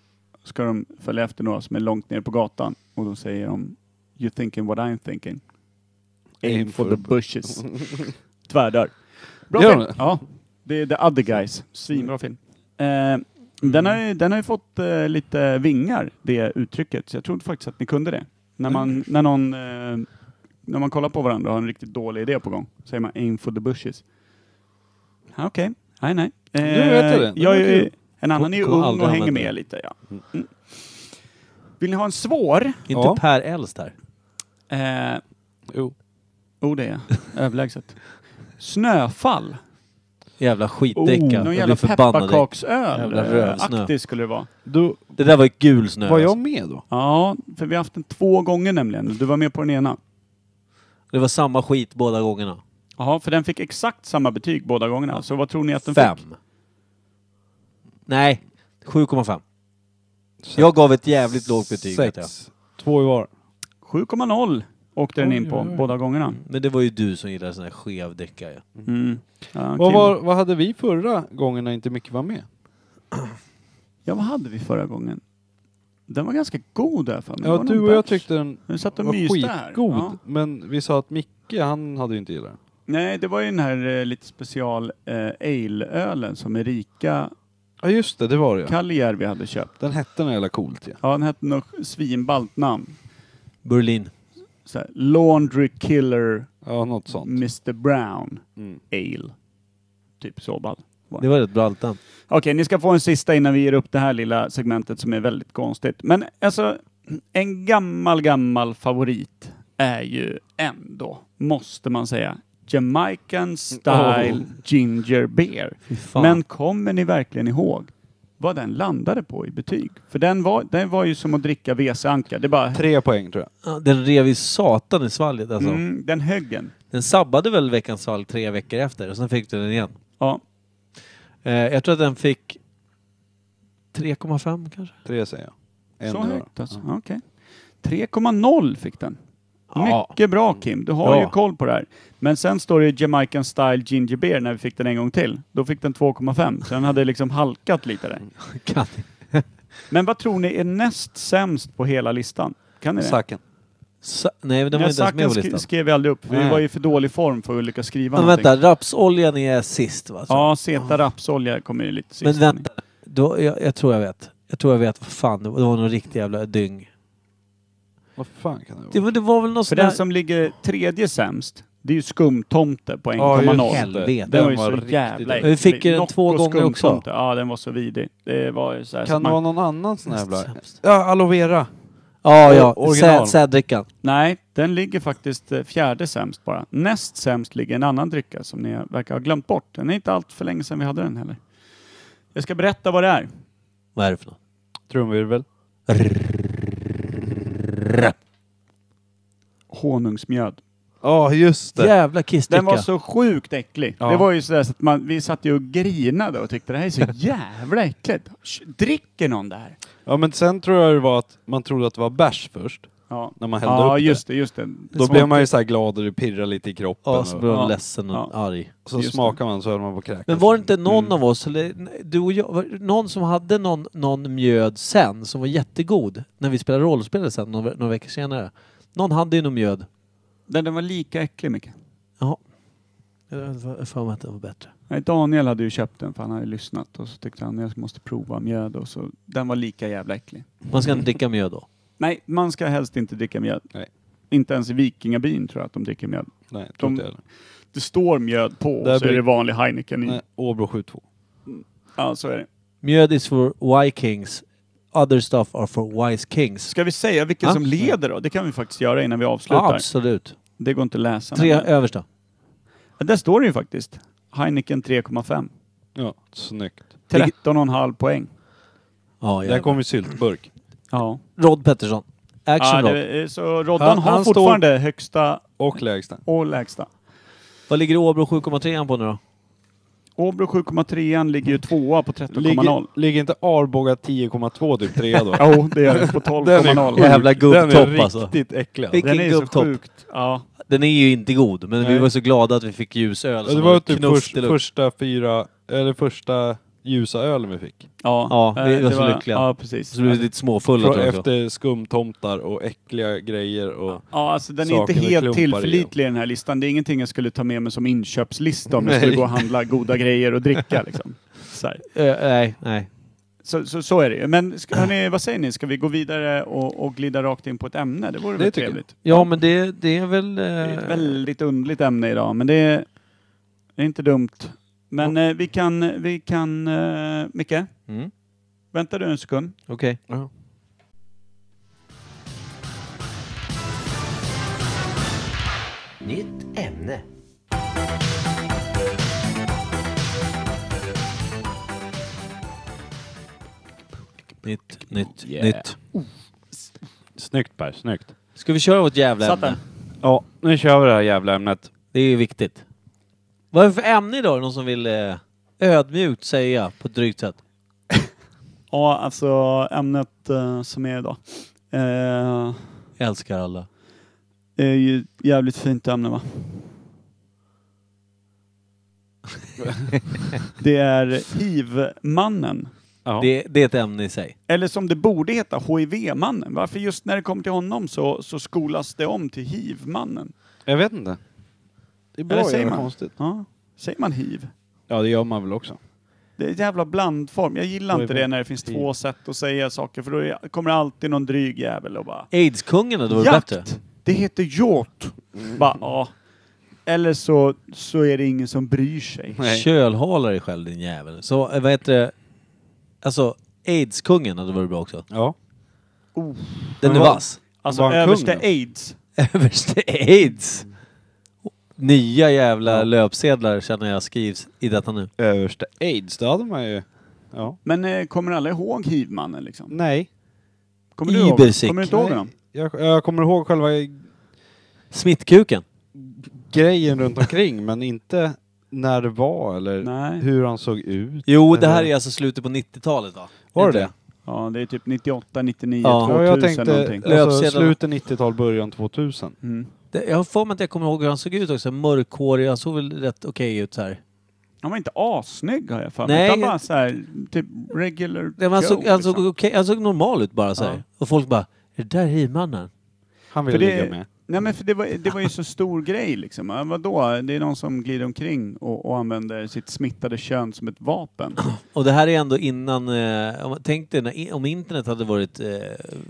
[SPEAKER 3] ska de följa efter några som är långt ner på gatan och då säger de You thinking what I'm thinking. Aim for the bushes. Tvärdör. Bra
[SPEAKER 1] Gör de
[SPEAKER 3] film!
[SPEAKER 1] det?
[SPEAKER 3] Ja, det är The Other Guys. Svinbra film. Eh, den, har, ju- den har ju fått eh, lite vingar, det uttrycket. Så jag trodde faktiskt att ni kunde det. När man, när någon, eh, när man kollar på varandra och har en riktigt dålig idé på gång, säger man aim for the bushes. Ja, Okej, nej nej. Eh,
[SPEAKER 1] Nu vet jag det. Det
[SPEAKER 3] jag
[SPEAKER 1] var
[SPEAKER 3] är ju-
[SPEAKER 1] kul.
[SPEAKER 3] en annan är ju
[SPEAKER 2] Kommer
[SPEAKER 3] ung
[SPEAKER 2] aldrig
[SPEAKER 3] och hänger
[SPEAKER 2] använda
[SPEAKER 3] med
[SPEAKER 2] det.
[SPEAKER 3] lite. Ja. Mm. Vill ni ha en svår?
[SPEAKER 2] Inte
[SPEAKER 1] Ja.
[SPEAKER 2] Per Elst här.
[SPEAKER 3] Eh,
[SPEAKER 1] Jo.
[SPEAKER 3] oh, det är jag. överlägset. Snöfall.
[SPEAKER 2] Jävla
[SPEAKER 3] Oh,
[SPEAKER 2] skitdäcka.
[SPEAKER 3] någon
[SPEAKER 2] jag blir
[SPEAKER 3] jävla
[SPEAKER 2] förbannad.
[SPEAKER 3] pepparkaksöl.
[SPEAKER 2] Jävla rövsnö.
[SPEAKER 3] Aktig skulle det vara.
[SPEAKER 1] Du,
[SPEAKER 2] Det där var ju gul snö.
[SPEAKER 1] var
[SPEAKER 2] alltså.
[SPEAKER 1] jag med då?
[SPEAKER 3] Ja, för vi har haft den två gånger nämligen. Du var med på den ena.
[SPEAKER 2] Det var samma skit båda gångerna.
[SPEAKER 3] Jaha, för den fick exakt samma betyg båda gångerna. Så vad tror ni att den
[SPEAKER 2] Fem.
[SPEAKER 3] fick?
[SPEAKER 2] Nej, 7,5. Jag gav ett jävligt lågt betyg. vet jag.
[SPEAKER 1] Sex. Två i var.
[SPEAKER 3] 7,0 åkte den in på båda gångerna.
[SPEAKER 2] Men det var ju du som gillade sån här skev däcka. Ja.
[SPEAKER 3] Mm. Ja,
[SPEAKER 1] Vad,
[SPEAKER 3] Kim.
[SPEAKER 1] var, vad hade vi förra gången när inte Micke var med?
[SPEAKER 3] ja, vad hade vi förra gången? Den var ganska god där för mig. Det
[SPEAKER 1] Ja,
[SPEAKER 3] var
[SPEAKER 1] du
[SPEAKER 3] någon
[SPEAKER 1] och jag
[SPEAKER 3] bärs.
[SPEAKER 1] tyckte den
[SPEAKER 3] Nu satt och
[SPEAKER 1] var
[SPEAKER 3] myste här.
[SPEAKER 1] skitgod.
[SPEAKER 3] Ja.
[SPEAKER 1] Men vi sa att Micke, han hade ju inte gillat den.
[SPEAKER 3] Nej, det var ju den här eh, lite special eh, ale-ölen som Erika
[SPEAKER 1] Ja just det, det var det ja.
[SPEAKER 3] Kallijärvi hade köpt.
[SPEAKER 1] Den hette något jävla coolt ja.
[SPEAKER 3] Ja, den hette något svinballt namn.
[SPEAKER 2] Berlin.
[SPEAKER 3] Så här, Laundry Killer
[SPEAKER 1] Ja, något sånt.
[SPEAKER 3] Mr Brown
[SPEAKER 1] Mm.
[SPEAKER 3] Ale. Typ så ball.
[SPEAKER 2] Det var ett bra altan.
[SPEAKER 3] Okej, ni ska få en sista innan vi ger upp det här lilla segmentet som är väldigt konstigt. Men alltså, en gammal, gammal favorit är ju ändå, måste man säga, Jamaican Style
[SPEAKER 1] Oh.
[SPEAKER 3] Ginger Beer.
[SPEAKER 2] Fy fan.
[SPEAKER 3] Men kommer ni verkligen ihåg vad den landade på i betyg? För den var, den var ju som att dricka WC-anka. Det bara...
[SPEAKER 1] Tre poäng tror jag.
[SPEAKER 2] Ja, Den rev ju satan i svalget alltså.
[SPEAKER 3] Mm, den högg en.
[SPEAKER 2] Den sabbade väl veckans svalg tre veckor efter och sen fick du den igen.
[SPEAKER 3] Ja.
[SPEAKER 2] Eh, jag tror att den fick 3,5 kanske?
[SPEAKER 1] Tre säger jag. En
[SPEAKER 3] Så
[SPEAKER 1] i var.
[SPEAKER 3] högt alltså. Ja. Okej. 3,0 fick den.
[SPEAKER 2] Ja.
[SPEAKER 3] Mycket bra Kim, du har
[SPEAKER 2] Bra.
[SPEAKER 3] ju koll på det här. Men sen står det Jamaican Style Ginger Beer när vi fick den en gång till. Då fick den 2,5, så den hade liksom halkat lite där.
[SPEAKER 2] Kan.
[SPEAKER 3] Men vad tror ni är näst sämst på hela listan? Kan ni det?
[SPEAKER 1] Saken.
[SPEAKER 2] Sa- nej,
[SPEAKER 3] Nej,
[SPEAKER 2] men den var inte ens
[SPEAKER 3] Saken
[SPEAKER 2] med på
[SPEAKER 3] sk-
[SPEAKER 2] listan.
[SPEAKER 3] skrev vi aldrig upp, för vi
[SPEAKER 2] Nej.
[SPEAKER 3] var i för dålig form för att lyckas skriva
[SPEAKER 2] Men
[SPEAKER 3] någonting.
[SPEAKER 2] vänta, rapsoljan är sist va? Så.
[SPEAKER 3] Ja, Zeta rapsolja kommer ju lite
[SPEAKER 2] men
[SPEAKER 3] sist.
[SPEAKER 2] vänta, då, jag, jag tror jag vet. Jag tror jag vet vad fan, det var, det var någon riktig jävla dyng.
[SPEAKER 1] Vad fan kan det vara?
[SPEAKER 2] Det, var- det var väl någon
[SPEAKER 3] För
[SPEAKER 2] sån
[SPEAKER 3] den
[SPEAKER 2] där...
[SPEAKER 3] som ligger tredje sämst, det är ju skumtomte på 1,0.
[SPEAKER 1] just Den,
[SPEAKER 2] Helvete.
[SPEAKER 3] Den var ju
[SPEAKER 1] var
[SPEAKER 3] så
[SPEAKER 1] riktigt
[SPEAKER 3] jävla
[SPEAKER 1] dålig.
[SPEAKER 2] Vi fick ju den
[SPEAKER 3] äcklig.
[SPEAKER 2] två
[SPEAKER 3] Nocco
[SPEAKER 2] gånger också.
[SPEAKER 3] skumtomte. Ja, den var så vidrig. Det var ju så här så
[SPEAKER 1] Kan det
[SPEAKER 3] man-
[SPEAKER 1] vara någon annan sån här jävla...
[SPEAKER 2] Sämst.
[SPEAKER 1] Ja, aloe vera.
[SPEAKER 2] Ja, ja.
[SPEAKER 1] Original.
[SPEAKER 2] Sä- Säddrickan.
[SPEAKER 3] Nej, den ligger faktiskt eh, fjärde sämst bara. Näst sämst ligger en annan drycka som ni verkar ha glömt bort. Den är inte allt för länge sedan vi hade den heller. Jag ska berätta vad det är.
[SPEAKER 2] Vad är det för något?
[SPEAKER 1] Trumvirvel.
[SPEAKER 3] Honungsmjöd.
[SPEAKER 1] Ja, just det.
[SPEAKER 2] Jävla
[SPEAKER 3] Den var
[SPEAKER 2] kissdricka.
[SPEAKER 3] så sjukt äcklig.
[SPEAKER 1] Ja.
[SPEAKER 3] Det var ju sådär så att man, vi satt ju och grinade och tyckte det här är så jävla äckligt. Sh, Dricker någon det här?
[SPEAKER 1] Ja men sen tror jag det var att man trodde att det var bärs först.
[SPEAKER 3] Ja,
[SPEAKER 1] När man hällde
[SPEAKER 3] ja
[SPEAKER 1] upp
[SPEAKER 3] just det. just det.
[SPEAKER 1] det. Då blev man ju så här glad och det pirrar lite i kroppen.
[SPEAKER 2] Ja,
[SPEAKER 1] och,
[SPEAKER 2] så blev
[SPEAKER 3] Ja.
[SPEAKER 2] jag ledsen och
[SPEAKER 3] Ja.
[SPEAKER 2] arg.
[SPEAKER 1] och så
[SPEAKER 3] just det.
[SPEAKER 1] smakar man så höll man på att kräkas.
[SPEAKER 2] Men var det inte någon
[SPEAKER 3] Mm.
[SPEAKER 2] av oss, eller nej, du och jag, var det någon som hade någon, någon mjöd sen som var jättegod när vi spelade rollspel sen några, några veckor senare? Någon hade ju någon mjöd.
[SPEAKER 3] Den, den var lika äcklig Micke.
[SPEAKER 2] Jag har för mig att den var bättre.
[SPEAKER 3] Nej, Daniel hade ju köpt den för han hade lyssnat och så tyckte han jag måste prova mjöd och så. Den var lika jävla äcklig.
[SPEAKER 2] Man ska inte dricka mjöd då.
[SPEAKER 3] Nej, man ska helst inte dricka mjöd.
[SPEAKER 1] Nej.
[SPEAKER 3] Inte ens i vikingabyn tror jag att de dricker mjöd.
[SPEAKER 1] Nej, tror inte jag det.
[SPEAKER 3] Det står mjöd på
[SPEAKER 1] Där
[SPEAKER 3] och så är
[SPEAKER 1] blir-
[SPEAKER 3] det vanlig Heineken i.
[SPEAKER 1] Nej, Åbro 72.
[SPEAKER 3] Ja, så är det.
[SPEAKER 2] Mjöd is for vikings. Other stuff are for wise kings.
[SPEAKER 3] Ska vi säga vilken
[SPEAKER 2] Ja.
[SPEAKER 3] som leder då? Det kan vi faktiskt göra innan vi avslutar.
[SPEAKER 2] Ja, absolut.
[SPEAKER 3] det går inte att läsa.
[SPEAKER 2] Tre
[SPEAKER 3] nämligen.
[SPEAKER 2] översta.
[SPEAKER 3] Ja, Där står det ju faktiskt. Heineken 3,5.
[SPEAKER 1] Ja, snyggt.
[SPEAKER 3] 13,5 poäng.
[SPEAKER 2] Ja,
[SPEAKER 1] Där
[SPEAKER 2] jag
[SPEAKER 1] kom ju syltburk.
[SPEAKER 3] Ja.
[SPEAKER 2] Rod Pettersson. Action
[SPEAKER 3] Ja,
[SPEAKER 2] Rod.
[SPEAKER 3] det, är- så Roddan
[SPEAKER 1] Han-
[SPEAKER 3] har
[SPEAKER 1] han står-
[SPEAKER 3] fortfarande högsta
[SPEAKER 1] Och lägsta.
[SPEAKER 3] och lägsta.
[SPEAKER 2] Vad ligger Åbro 7,3 på nu då?
[SPEAKER 3] Åbro 7,3 ligger ju tvåa på 13,0.
[SPEAKER 1] Ligger, ligger inte Arboga 10,2 typ trea då?
[SPEAKER 3] Jo, det gör det. På
[SPEAKER 1] Den är
[SPEAKER 3] 12,0.
[SPEAKER 1] sjuk.
[SPEAKER 2] Jävla gubbtopp
[SPEAKER 1] Den är
[SPEAKER 2] alltså.
[SPEAKER 1] riktigt äcklig.
[SPEAKER 2] Vilken
[SPEAKER 3] Den är så
[SPEAKER 2] gubbtopp.
[SPEAKER 3] sjukt. Ja.
[SPEAKER 2] Den är ju inte god, men vi
[SPEAKER 1] Nej.
[SPEAKER 2] var så glada att vi fick ljusöl.
[SPEAKER 1] Ja,
[SPEAKER 2] som
[SPEAKER 1] Det var typ
[SPEAKER 2] knuff
[SPEAKER 1] först,
[SPEAKER 2] deluxe.
[SPEAKER 1] första fyra, eller första ljusa ölen vi fick.
[SPEAKER 3] Ja,
[SPEAKER 2] Ja, vi
[SPEAKER 3] eh,
[SPEAKER 2] var
[SPEAKER 3] det
[SPEAKER 2] så lyckliga.
[SPEAKER 3] Ja, precis.
[SPEAKER 2] Så blev vi lite småfulla tror
[SPEAKER 1] Från,
[SPEAKER 2] jag också.
[SPEAKER 1] efter skumtomtar och äckliga grejer och...
[SPEAKER 3] Ja, alltså den är
[SPEAKER 1] Saker
[SPEAKER 3] inte
[SPEAKER 1] med
[SPEAKER 3] helt
[SPEAKER 1] klumpar i
[SPEAKER 3] tillförlitlig den här listan. Det är ingenting jag skulle ta med mig som inköpslista om jag
[SPEAKER 1] Nej.
[SPEAKER 3] skulle gå och handla goda grejer och dricka. Liksom. Så, här.
[SPEAKER 2] Eh, nej, nej.
[SPEAKER 3] Så, så, så är det ju. Men ska, hörni, vad säger ni, ska vi gå vidare och, och glida rakt in på ett ämne? Det vore
[SPEAKER 1] Det
[SPEAKER 3] väl
[SPEAKER 1] tycker jag.
[SPEAKER 3] trevligt?
[SPEAKER 2] Ja, men det, det är väl... eh,
[SPEAKER 3] Det är ett väldigt underligt ämne idag, men det är, det är inte dumt. Men eh, vi kan, vi kan, eh, Micke,
[SPEAKER 2] Mm,
[SPEAKER 3] vänta du en sekund.
[SPEAKER 2] Okej.
[SPEAKER 6] Nytt ämne.
[SPEAKER 2] Nytt, nytt,
[SPEAKER 3] Yeah.
[SPEAKER 2] nytt.
[SPEAKER 1] Snyggt Per, snyggt.
[SPEAKER 2] Ska vi köra vårt jävla
[SPEAKER 3] Satt
[SPEAKER 2] ämne?
[SPEAKER 3] den?
[SPEAKER 1] Ja, nu kör vi det här jävla ämnet.
[SPEAKER 2] Det är ju viktigt. Vad är det för ämne idag? Någon som vill eh, ödmjukt säga på ett drygt sätt?
[SPEAKER 3] Ja, alltså ämnet eh, som är idag. Eh,
[SPEAKER 2] Jag älskar alla.
[SPEAKER 3] är ju ett jävligt fint ämne va? det är hiv-mannen.
[SPEAKER 1] Ja.
[SPEAKER 2] Det, det är ett ämne i sig.
[SPEAKER 3] Eller som det borde heta, HIV-mannen. Varför just när det kommer till honom så, så skolas det om till hiv-mannen?
[SPEAKER 1] Jag vet inte. Det är
[SPEAKER 3] Eller säger
[SPEAKER 1] jävla
[SPEAKER 3] man?
[SPEAKER 1] konstigt.
[SPEAKER 3] Ja. Säger man hiv?
[SPEAKER 1] Ja, det gör man väl också.
[SPEAKER 3] Det är en jävla blandform. Jag gillar inte
[SPEAKER 1] HIV.
[SPEAKER 3] det när det finns två sätt att säga saker för då är- kommer alltid någon dryg jävel och bara
[SPEAKER 2] Aidskungen hade varit
[SPEAKER 3] Jakt!
[SPEAKER 2] bättre.
[SPEAKER 3] Det heter hjort!
[SPEAKER 1] Mm.
[SPEAKER 3] Bara, ja. Eller så, så är det ingen som bryr sig.
[SPEAKER 1] Nej.
[SPEAKER 2] Kölhalar dig själv din jävel. Så eh, vad heter det? Alltså, aidskungen hade varit bra också.
[SPEAKER 1] Ja.
[SPEAKER 3] Oh.
[SPEAKER 2] Den är
[SPEAKER 1] vad-
[SPEAKER 2] vass.
[SPEAKER 3] Alltså
[SPEAKER 1] Var han
[SPEAKER 3] överste
[SPEAKER 1] kung då?
[SPEAKER 3] aids.
[SPEAKER 2] Överste aids! Nya jävla löpsedlar känner jag skrivs i detta nu.
[SPEAKER 1] Överste aids, det hade man ju. Ja.
[SPEAKER 3] Men eh, kommer alla ihåg hivmannen liksom?
[SPEAKER 1] Nej.
[SPEAKER 3] Kommer du ihåg?
[SPEAKER 2] Ibersick.
[SPEAKER 3] Kommer du inte ihåg
[SPEAKER 1] Nej.
[SPEAKER 3] honom?
[SPEAKER 1] Jag, jag kommer ihåg själva
[SPEAKER 2] Smittkuken.
[SPEAKER 1] grejen runt omkring men inte när det var eller
[SPEAKER 3] Nej.
[SPEAKER 1] hur han såg ut.
[SPEAKER 2] Jo, det här är alltså slutet på 90-talet va?
[SPEAKER 1] Mm. Var det det?
[SPEAKER 2] Inte?
[SPEAKER 3] Ja, det är typ 98, 99,
[SPEAKER 2] Ja.
[SPEAKER 3] 2000
[SPEAKER 1] Ja, jag tänkte
[SPEAKER 3] någonting.
[SPEAKER 1] alltså,
[SPEAKER 2] Löpsedlarna.
[SPEAKER 1] slutet 90-tal, början 2000.
[SPEAKER 3] Mm.
[SPEAKER 2] Det, jag har för mig att jag kommer ihåg hur han såg ut också. Mörkhårig, han såg väl rätt okej ut så här.
[SPEAKER 3] Han var inte assnygg har jag för
[SPEAKER 2] Nej.
[SPEAKER 3] mig. Utan bara såhär, typ regular
[SPEAKER 2] Nej, men han,
[SPEAKER 3] Joe,
[SPEAKER 2] såg, han, såg
[SPEAKER 3] liksom.
[SPEAKER 2] okej, han såg normal ut bara så här.
[SPEAKER 1] Ja.
[SPEAKER 2] Och folk bara, är det där hivmannen?
[SPEAKER 1] Han
[SPEAKER 3] För
[SPEAKER 1] ville
[SPEAKER 3] det-
[SPEAKER 1] ligga med.
[SPEAKER 3] Nej men för det var, det var ju så stor grej liksom. Ja, vadå? Det är någon som glider omkring och, och använder sitt smittade kön som ett vapen.
[SPEAKER 2] Och det här är ändå innan, eh, om- tänk dig när, i- om internet hade varit... Eh,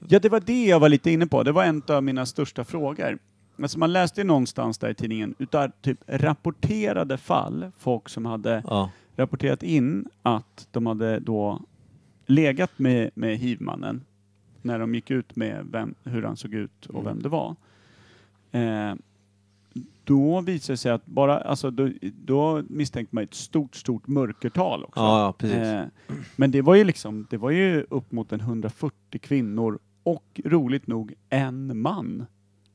[SPEAKER 3] Ja, det var det jag var lite inne på. Det var en av mina största frågor. Alltså man läste ju någonstans där i tidningen utav typ rapporterade fall, folk som hade
[SPEAKER 2] ja.
[SPEAKER 3] rapporterat in att de hade då legat med, med hivmannen när de gick ut med vem, hur han såg ut och
[SPEAKER 2] Mm.
[SPEAKER 3] vem det var. Eh, då visade det sig att bara, alltså då, då misstänkte man ett stort, stort mörkertal också.
[SPEAKER 2] ja, ja, precis.
[SPEAKER 3] Eh, men det var ju liksom, det var ju upp mot en 140 kvinnor och roligt nog en man.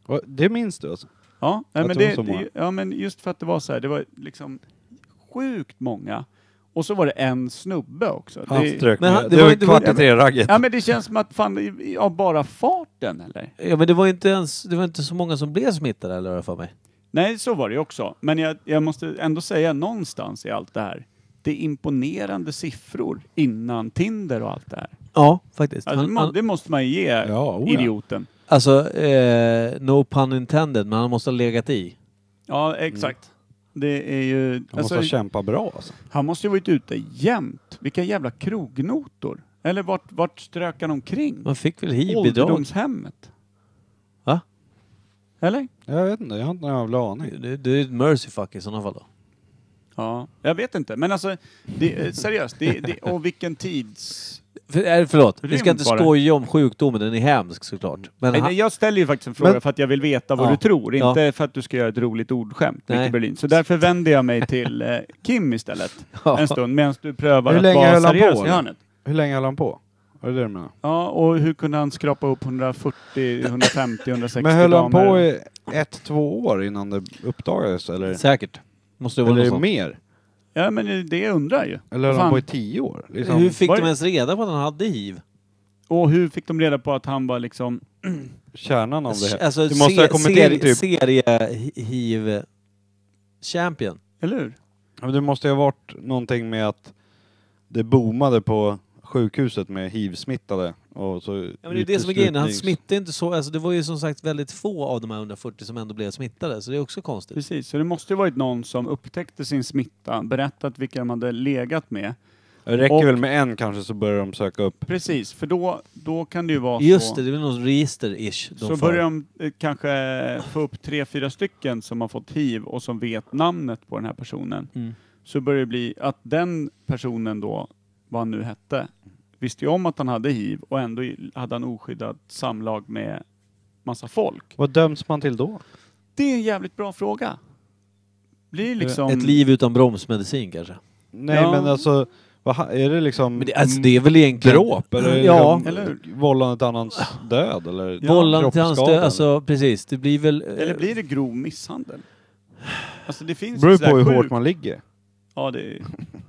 [SPEAKER 1] Och Det minns du alltså?
[SPEAKER 3] Ja, nej,
[SPEAKER 1] Att
[SPEAKER 3] men
[SPEAKER 1] det var
[SPEAKER 3] det,
[SPEAKER 1] så många.
[SPEAKER 3] det, ja, men just för att det var så här, det var liksom sjukt många. Och så var det en snubbe också.
[SPEAKER 1] Han
[SPEAKER 3] Det,
[SPEAKER 1] strök
[SPEAKER 2] Men
[SPEAKER 1] med.
[SPEAKER 2] han- det
[SPEAKER 1] det
[SPEAKER 2] var
[SPEAKER 1] var
[SPEAKER 2] inte-
[SPEAKER 1] kvart
[SPEAKER 2] Ja,
[SPEAKER 1] i
[SPEAKER 2] men-
[SPEAKER 1] tre-ragget.
[SPEAKER 3] ja men det känns som att fan, i- i- av bara farten eller?
[SPEAKER 2] Ja men det var inte ens, det var inte så många som blev smittade eller har jag för mig.
[SPEAKER 3] Nej, så var det ju också. Men jag, jag måste ändå säga någonstans i allt det här, det är imponerande siffror innan Tinder och allt det här.
[SPEAKER 2] Ja, faktiskt.
[SPEAKER 3] Alltså,
[SPEAKER 2] han,
[SPEAKER 3] må-
[SPEAKER 2] han,
[SPEAKER 3] det måste man ju ge
[SPEAKER 1] Ja, oja.
[SPEAKER 3] idioten.
[SPEAKER 2] alltså eh, no pun intended, men han måste ha legat i.
[SPEAKER 3] Ja, exakt. Det är ju...
[SPEAKER 1] Han Mm. måste ha kämpat bra alltså.
[SPEAKER 3] Han måste ju varit ute jämt. Vilka jävla krognotor. Eller vart, vart strök han omkring?
[SPEAKER 2] Man fick väl hiv-bidrag?
[SPEAKER 3] Ålderdomshemmet.
[SPEAKER 2] Va?
[SPEAKER 3] Eller?
[SPEAKER 1] Jag vet inte, jag har inte någon jävla aning.
[SPEAKER 2] Det, det är ett mercy fuck i sådana fall då.
[SPEAKER 3] Ja, jag vet inte. Men alltså, det, eh, seriöst. Det, det, och vilken tids...
[SPEAKER 2] För, eh, förlåt, vi
[SPEAKER 3] Rymt
[SPEAKER 2] ska inte
[SPEAKER 3] var det.
[SPEAKER 2] skoja om sjukdomen, den är hemsk såklart. Men
[SPEAKER 3] Nej,
[SPEAKER 2] han,
[SPEAKER 3] nej, jag ställer ju faktiskt en fråga
[SPEAKER 1] Men-
[SPEAKER 3] för att jag vill veta vad
[SPEAKER 2] Ja.
[SPEAKER 3] du tror.
[SPEAKER 2] Ja.
[SPEAKER 3] Inte för att du ska göra ett roligt ordskämt,
[SPEAKER 2] Nej.
[SPEAKER 3] Micke Berlin. Så därför vänder jag mig till eh, Kim istället.
[SPEAKER 2] Ja.
[SPEAKER 3] En stund, medan du prövar
[SPEAKER 1] Hur
[SPEAKER 3] att
[SPEAKER 1] länge
[SPEAKER 3] vara
[SPEAKER 1] höll han
[SPEAKER 3] seriös
[SPEAKER 1] på,
[SPEAKER 3] i
[SPEAKER 1] då?
[SPEAKER 3] hörnet.
[SPEAKER 1] Hur länge höll han på? Var det det du menade?
[SPEAKER 3] Ja, och hur kunde han skrapa upp 140, 150, 160
[SPEAKER 1] Men höll han
[SPEAKER 3] damer?
[SPEAKER 1] på i ett, två år innan det uppdagades eller?
[SPEAKER 2] Säkert. Måste det vara något
[SPEAKER 1] Eller
[SPEAKER 2] sånt.
[SPEAKER 1] mer?
[SPEAKER 3] Ja, men det- det jag undrar ju.
[SPEAKER 1] Eller höll
[SPEAKER 3] Fan.
[SPEAKER 1] han på i tio år? Liksom.
[SPEAKER 2] Hur fick
[SPEAKER 3] Var
[SPEAKER 2] de
[SPEAKER 3] det-
[SPEAKER 2] ens reda på att han hade hiv?
[SPEAKER 3] Och hur fick de reda på att han var liksom...
[SPEAKER 1] Kärnan av det här.
[SPEAKER 2] Alltså,
[SPEAKER 1] Du måste
[SPEAKER 2] se-
[SPEAKER 1] ha kommit
[SPEAKER 2] seri-
[SPEAKER 1] in typ...
[SPEAKER 2] serie-hiv-champion.
[SPEAKER 3] Eller hur?
[SPEAKER 1] Ja, men Det måste ju ha varit någonting med att det boomade på sjukhuset med hiv-smittade. Och så
[SPEAKER 2] Ja, men det är det som är grejen, han
[SPEAKER 1] uteslutnings-
[SPEAKER 2] smittade inte så, alltså det var ju som sagt väldigt få av de här 140 som ändå blev smittade, så det är också konstigt.
[SPEAKER 3] Precis, så det måste ju varit någon som upptäckte sin smitta, berättat vilka de hade legat med.
[SPEAKER 1] Det räcker
[SPEAKER 3] Och-
[SPEAKER 1] väl med en kanske så börjar de söka upp.
[SPEAKER 3] Precis, för då, då kan det ju vara
[SPEAKER 2] Just
[SPEAKER 3] så.
[SPEAKER 2] det, det är väl något register-ish. de
[SPEAKER 3] så
[SPEAKER 2] får.
[SPEAKER 3] börjar de eh, kanske få upp tre, fyra stycken som har fått hiv och som vet namnet på den här personen.
[SPEAKER 2] Mm.
[SPEAKER 3] Så börjar det bli att den personen då, vad han nu hette, visste ju om att han hade hiv och ändå i- hade han oskyddat samlag med massa folk.
[SPEAKER 1] Vad döms man till då?
[SPEAKER 3] Det är en jävligt bra fråga. Blir liksom...
[SPEAKER 2] Ett liv utan bromsmedicin kanske.
[SPEAKER 1] Nej
[SPEAKER 3] Ja.
[SPEAKER 1] men alltså, vad, ha- är det liksom
[SPEAKER 2] Men det, alltså det är väl egentligen...
[SPEAKER 1] dråp? Eller
[SPEAKER 2] Ja.
[SPEAKER 3] Eller hur?
[SPEAKER 1] liksom, vållande till annans död? Eller
[SPEAKER 3] Ja.
[SPEAKER 2] Vållande till hans död,
[SPEAKER 1] kroppsskada?
[SPEAKER 2] alltså precis. Det blir väl... eh,
[SPEAKER 3] Eller blir det grov misshandel? Alltså det
[SPEAKER 1] Det
[SPEAKER 3] finns
[SPEAKER 1] beror ju
[SPEAKER 3] sådär
[SPEAKER 1] på hur
[SPEAKER 3] sjuk-
[SPEAKER 1] hårt man ligger.
[SPEAKER 3] Ja, det är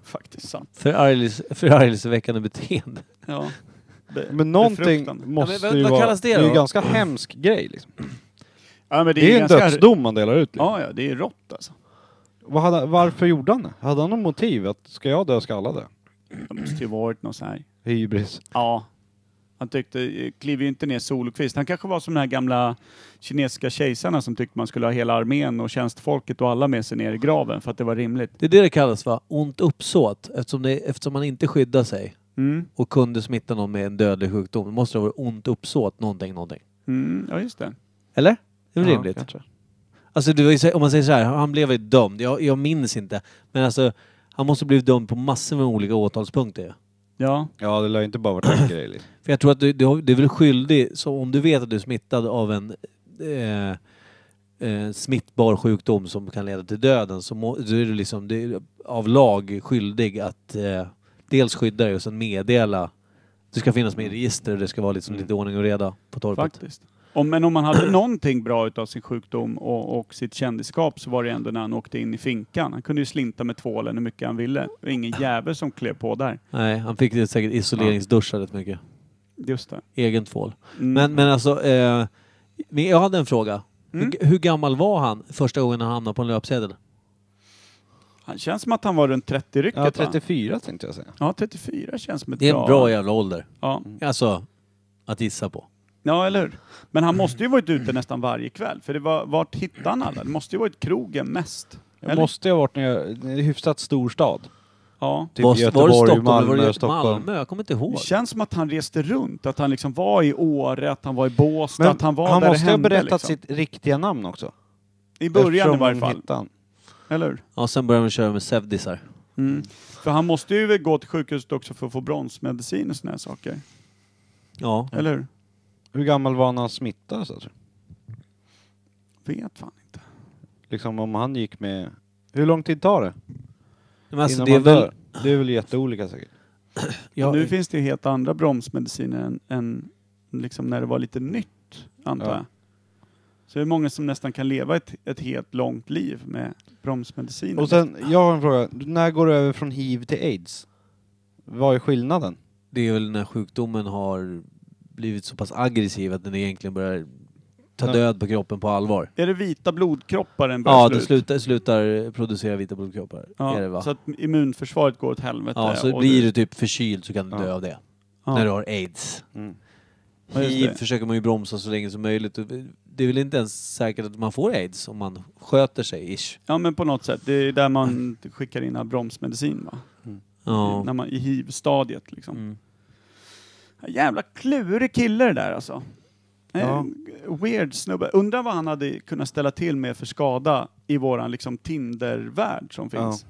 [SPEAKER 3] faktiskt sant.
[SPEAKER 2] förargelse- Förargelseväckande beteende.
[SPEAKER 3] Ja. Be-
[SPEAKER 1] Men någonting
[SPEAKER 3] befruktande.
[SPEAKER 1] måste
[SPEAKER 2] Ja, men vad-
[SPEAKER 1] ju
[SPEAKER 2] vad
[SPEAKER 1] vara...
[SPEAKER 2] kallas det
[SPEAKER 1] är ju
[SPEAKER 2] då?
[SPEAKER 1] en ganska hemsk grej liksom.
[SPEAKER 3] Ja, men det,
[SPEAKER 1] Det är ju en
[SPEAKER 3] ganska...
[SPEAKER 1] dödsdom man delar ut. Liksom.
[SPEAKER 3] Ja, ja, det är rått alltså.
[SPEAKER 1] Vad hade, varför gjorde han det? Hade han något motiv? Att ska jag dö ska alla dö?
[SPEAKER 3] Det måste ju varit något så här.
[SPEAKER 1] Hybris.
[SPEAKER 3] Ja. Han tyckte, kliver ju inte ner Solokvist. Han kanske var som de här gamla kinesiska kejsarna som tyckte man skulle ha hela armén och tjänstfolket och alla med sig ner i graven för att det var rimligt.
[SPEAKER 2] Det är det det kallas va? Ont uppsåt. Eftersom, det, eftersom man inte skyddar sig
[SPEAKER 3] Mm.
[SPEAKER 2] och kunde smitta någon med en dödlig sjukdom, då måste det vara ont uppsåt, någonting, någonting.
[SPEAKER 3] Mm, ja, just det.
[SPEAKER 2] Eller? Det är väl
[SPEAKER 1] Ja,
[SPEAKER 2] rimligt?
[SPEAKER 1] kanske.
[SPEAKER 2] Alltså det var ju, så- om man säger så här, han blev ju dömd. Jag, jag minns inte. Men alltså, han måste blivit dömd på massor med olika åtalspunkter ju.
[SPEAKER 3] Ja.
[SPEAKER 1] Ja, det lär ju inte bara varit en grej liksom.
[SPEAKER 2] För jag tror att du, du, har- du är väl skyldig, så om du vet att du är smittad av en eh, eh, smittbar sjukdom som kan leda till döden så må, då är du liksom du är av lag skyldig att eh, dels skydda dig och sen meddela. Du ska finnas med i register och det ska vara liksom lite ordning och reda på torpet.
[SPEAKER 3] Faktiskt. Om, men om man hade någonting bra utav sin sjukdom och, och sitt kändisskap så var det ändå när han åkte in i finkan. Han kunde ju slinta med tvålen hur mycket han ville. Och ingen jävel som klev på där.
[SPEAKER 2] Nej, han fick det säkert isoleringsduscha rätt mycket.
[SPEAKER 3] Just det.
[SPEAKER 2] Egen tvål.
[SPEAKER 3] Mm.
[SPEAKER 2] Men, men alltså, eh, men jag hade en fråga.
[SPEAKER 3] Mm.
[SPEAKER 2] Hur, hur gammal var han första gången han hamnade på en löpsedel?
[SPEAKER 3] Han känns som att han var runt 30-rycket
[SPEAKER 1] Ja,
[SPEAKER 3] va?
[SPEAKER 1] 34 tänkte jag säga.
[SPEAKER 3] Ja, 34 känns som ett
[SPEAKER 2] Det är en bra jävla ålder.
[SPEAKER 3] Ja.
[SPEAKER 2] Alltså, att gissa på.
[SPEAKER 3] ja, eller hur? Men han måste ju varit ute nästan varje kväll, för det var, vart hittade han alla? Det måste ju varit krogen mest.
[SPEAKER 1] Jag
[SPEAKER 3] Eller?
[SPEAKER 1] måste ju ha varit när jag, en hyfsat stor stad.
[SPEAKER 3] Ja.
[SPEAKER 1] Typ
[SPEAKER 2] var,
[SPEAKER 1] Göteborg,
[SPEAKER 2] var det Stockholm
[SPEAKER 1] Malmö,
[SPEAKER 2] eller var det
[SPEAKER 1] Stockholm.
[SPEAKER 2] Malmö? Jag kommer inte ihåg.
[SPEAKER 3] Det känns som att han reste runt, att han liksom var i Åre, att han var i Båstad, att han var
[SPEAKER 1] han
[SPEAKER 3] där
[SPEAKER 1] måste
[SPEAKER 3] det
[SPEAKER 1] ha
[SPEAKER 3] hände,
[SPEAKER 1] berättat
[SPEAKER 3] liksom.
[SPEAKER 1] sitt riktiga namn också.
[SPEAKER 3] I början i
[SPEAKER 1] Eftersom
[SPEAKER 3] varje
[SPEAKER 1] de
[SPEAKER 3] fall,
[SPEAKER 1] hittade han.
[SPEAKER 3] eller hur?
[SPEAKER 2] Ja, sen började de köra med sevdisar.
[SPEAKER 3] Mm. För han måste ju väl gå till sjukhuset också för att få bronsmedicin och såna här saker,
[SPEAKER 2] Ja.
[SPEAKER 3] eller hur?
[SPEAKER 1] Hur gammal var han när han smittades? Alltså?
[SPEAKER 3] Vet fan inte.
[SPEAKER 1] Liksom om han gick med... Hur lång tid tar det?
[SPEAKER 2] Men alltså,
[SPEAKER 1] innan
[SPEAKER 2] det är
[SPEAKER 1] man
[SPEAKER 2] väl...
[SPEAKER 1] dör? Det är väl jätteolika säkert.
[SPEAKER 2] Ja,
[SPEAKER 3] Nu finns det ju helt andra bromsmediciner än, än liksom när det var lite nytt, antar
[SPEAKER 1] Ja.
[SPEAKER 3] jag. Så det är många som nästan kan leva ett, ett helt långt liv med bromsmediciner.
[SPEAKER 1] Och sen, jag har en fråga. När går du över från hiv till aids? Vad är skillnaden?
[SPEAKER 2] det är väl när sjukdomen har blivit så pass aggressiv att den egentligen börjar ta
[SPEAKER 1] Ja.
[SPEAKER 2] död på kroppen på allvar.
[SPEAKER 3] Är det vita blodkroppar den börjar
[SPEAKER 2] Ja,
[SPEAKER 3] slå
[SPEAKER 2] det
[SPEAKER 3] ut?
[SPEAKER 2] slutar, slutar producera vita blodkroppar.
[SPEAKER 3] Ja,
[SPEAKER 2] är det, va?
[SPEAKER 3] Så att immunförsvaret går åt helvete.
[SPEAKER 2] Ja, så
[SPEAKER 3] och
[SPEAKER 2] blir du typ förkyld så kan du
[SPEAKER 1] Ja.
[SPEAKER 2] dö av det.
[SPEAKER 3] ja.
[SPEAKER 2] När du har aids.
[SPEAKER 1] Mm.
[SPEAKER 3] Ja, just
[SPEAKER 2] Hiv
[SPEAKER 3] det.
[SPEAKER 2] försöker man ju bromsa så länge som möjligt. Och Det är väl inte ens säkert att man får aids om man sköter sig, ish.
[SPEAKER 3] ja, men på något sätt. Det är där man skickar in all bromsmedicin va? I, när
[SPEAKER 2] Ja.
[SPEAKER 3] man, I hiv-stadiet liksom.
[SPEAKER 2] Mm.
[SPEAKER 3] Jävla klurig kille det där alltså.
[SPEAKER 1] Ja.
[SPEAKER 3] Eh, Weird snubbe. Undrar vad han hade kunnat ställa till med för skada i våran liksom Tinder-värld som
[SPEAKER 1] Ja.
[SPEAKER 3] finns.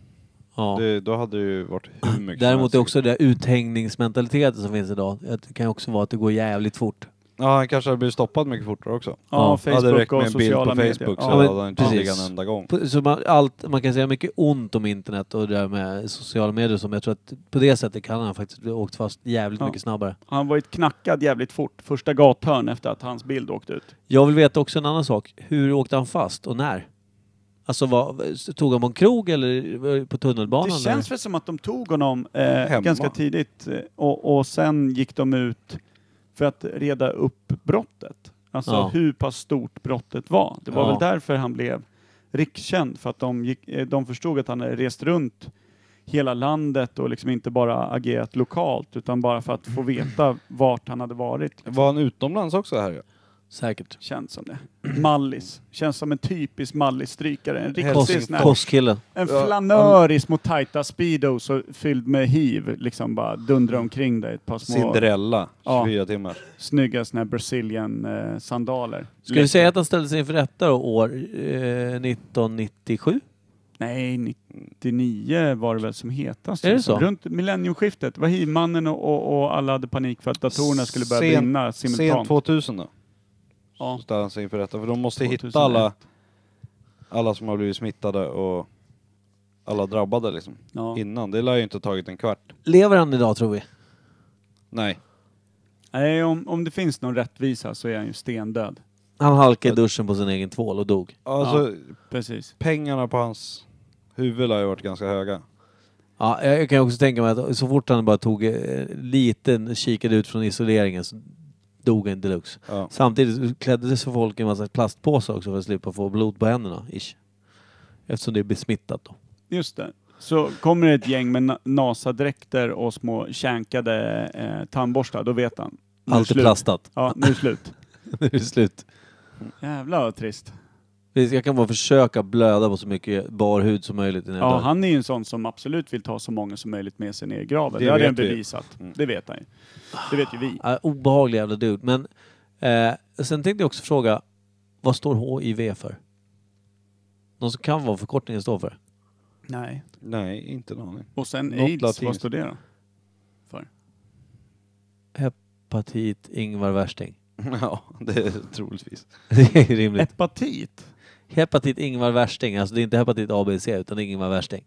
[SPEAKER 2] Ja.
[SPEAKER 1] Det, då hade det ju varit hur
[SPEAKER 3] liksom
[SPEAKER 1] mycket som
[SPEAKER 2] Däremot
[SPEAKER 1] helst.
[SPEAKER 2] är också den där uthängningsmentaliteten som finns idag. Det kan ju också vara att det går jävligt fort.
[SPEAKER 1] Ja, han kanske hade blivit stoppad mycket fortare också.
[SPEAKER 2] Ja,
[SPEAKER 3] Ja,
[SPEAKER 1] hade räckt
[SPEAKER 3] Facebook
[SPEAKER 1] med
[SPEAKER 3] och
[SPEAKER 1] en bild på
[SPEAKER 3] sociala
[SPEAKER 1] Facebook
[SPEAKER 3] medier.
[SPEAKER 1] så
[SPEAKER 2] Ja, men
[SPEAKER 1] hade han inte
[SPEAKER 2] precis.
[SPEAKER 1] legat en enda gång.
[SPEAKER 2] På- Så man, allt, man kan säga mycket ont om internet och det där med sociala medier som jag tror att på det sättet kan han faktiskt bli åkt fast jävligt
[SPEAKER 3] Ja.
[SPEAKER 2] mycket snabbare.
[SPEAKER 3] Han var ju knackad jävligt fort. Första gathörn efter att hans bild åkte ut.
[SPEAKER 2] Jag vill veta också en annan sak. Hur åkte han fast och när? Alltså vad, tog han på en krog eller var- på tunnelbanan?
[SPEAKER 3] Det känns
[SPEAKER 2] eller?
[SPEAKER 3] väl som att de tog honom eh,
[SPEAKER 1] Hemma.
[SPEAKER 3] ganska tidigt eh, och, och sen gick de ut för att reda upp brottet. Alltså
[SPEAKER 2] Ja.
[SPEAKER 3] hur pass stort brottet var. Det var
[SPEAKER 2] Ja.
[SPEAKER 3] väl därför han blev rikskänd, för att de, gick, eh, de förstod att han hade rest runt hela landet och liksom inte bara agerat lokalt utan bara för att få veta vart han hade varit.
[SPEAKER 1] Var han utomlands också här?
[SPEAKER 2] Säkert.
[SPEAKER 3] Känns som det. Mallis. Känns som en typisk Mallis-strykare. En riktig
[SPEAKER 2] Kost,
[SPEAKER 3] sån här-
[SPEAKER 2] kostkillen.
[SPEAKER 3] en
[SPEAKER 1] Ja,
[SPEAKER 3] flanör i små tajta speedos och fylld med hiv liksom bara dundrar omkring dig. Ett par små
[SPEAKER 1] Cinderella,
[SPEAKER 3] Ja.
[SPEAKER 1] 24 timmar.
[SPEAKER 3] snygga såna här Brazilian eh, sandaler.
[SPEAKER 2] Ska vi säga att han ställdes inför rätta då, år eh, 1997?
[SPEAKER 3] Nej, 99 var det väl som hetast.
[SPEAKER 2] Är det
[SPEAKER 3] liksom.
[SPEAKER 2] så?
[SPEAKER 3] Runt millenniumskiftet. Det var hivmannen och, och, och alla hade panik för att datorerna skulle börja
[SPEAKER 1] Sen-
[SPEAKER 3] brinna
[SPEAKER 1] Sent
[SPEAKER 3] simultant.
[SPEAKER 1] 2000 då?
[SPEAKER 3] Ja.
[SPEAKER 1] Så ställde han sig inför rätta. För de måste hitta
[SPEAKER 3] 2001.
[SPEAKER 1] alla, alla som har blivit smittade och alla drabbade liksom.
[SPEAKER 3] Ja.
[SPEAKER 1] Innan. Det lär ju inte ha tagit en kvart.
[SPEAKER 2] Lever han idag tror vi?
[SPEAKER 1] Nej.
[SPEAKER 3] Nej, om, om det finns någon rättvisa så är han ju stendöd.
[SPEAKER 2] Han halkade i duschen på sin egen tvål och dog.
[SPEAKER 1] Alltså,
[SPEAKER 3] Precis.
[SPEAKER 1] pengarna på hans huvud har ju varit ganska höga.
[SPEAKER 2] Ja, jag jag kan också tänka mig att så fort han bara tog eh, liten, kikade ut från isoleringen så dog han deluxe.
[SPEAKER 1] Ja.
[SPEAKER 2] Samtidigt klädde sig folk i en massa plastpåsar också för att slippa få blod på händerna, ish. Eftersom det är besmittat då.
[SPEAKER 3] Just det. Så kommer det ett gäng med na- NASA-dräkter och små känkade eh, tandborstar, då vet han. Nu är
[SPEAKER 2] Allt är
[SPEAKER 3] slut.
[SPEAKER 2] plastat.
[SPEAKER 3] Ja, nu är det slut.
[SPEAKER 2] Nu är det slut.
[SPEAKER 3] Jävlar vad trist.
[SPEAKER 2] Precis, Jag kan bara försöka blöda på så mycket bar hud som möjligt innan jag
[SPEAKER 3] Ja,
[SPEAKER 2] dör.
[SPEAKER 3] han är ju en sån som absolut vill ta så många som möjligt med sig ner i graven.
[SPEAKER 1] Det
[SPEAKER 3] Det, har
[SPEAKER 1] vet
[SPEAKER 3] redan
[SPEAKER 1] vi.
[SPEAKER 3] bevisat.
[SPEAKER 1] Mm.
[SPEAKER 3] Det vet han ju. Det vet ju vi.
[SPEAKER 2] Ja, obehaglig jävla dude. Men eh, sen tänkte jag också fråga, vad står HIV för? Någon som kan vad förkortningen står för?
[SPEAKER 3] Nej.
[SPEAKER 1] Nej, inte en aning.
[SPEAKER 3] Och sen
[SPEAKER 1] Något
[SPEAKER 3] aids, vad
[SPEAKER 1] latinskt.
[SPEAKER 3] står det då? För?
[SPEAKER 2] Hepatit Ingvar Värsting.
[SPEAKER 1] ja, det är troligtvis.
[SPEAKER 2] Det är rimligt.
[SPEAKER 3] Hepatit?
[SPEAKER 2] Hepatit Ingvar Värsting, alltså det är inte hepatit ABC utan det är Ingvar Värsting.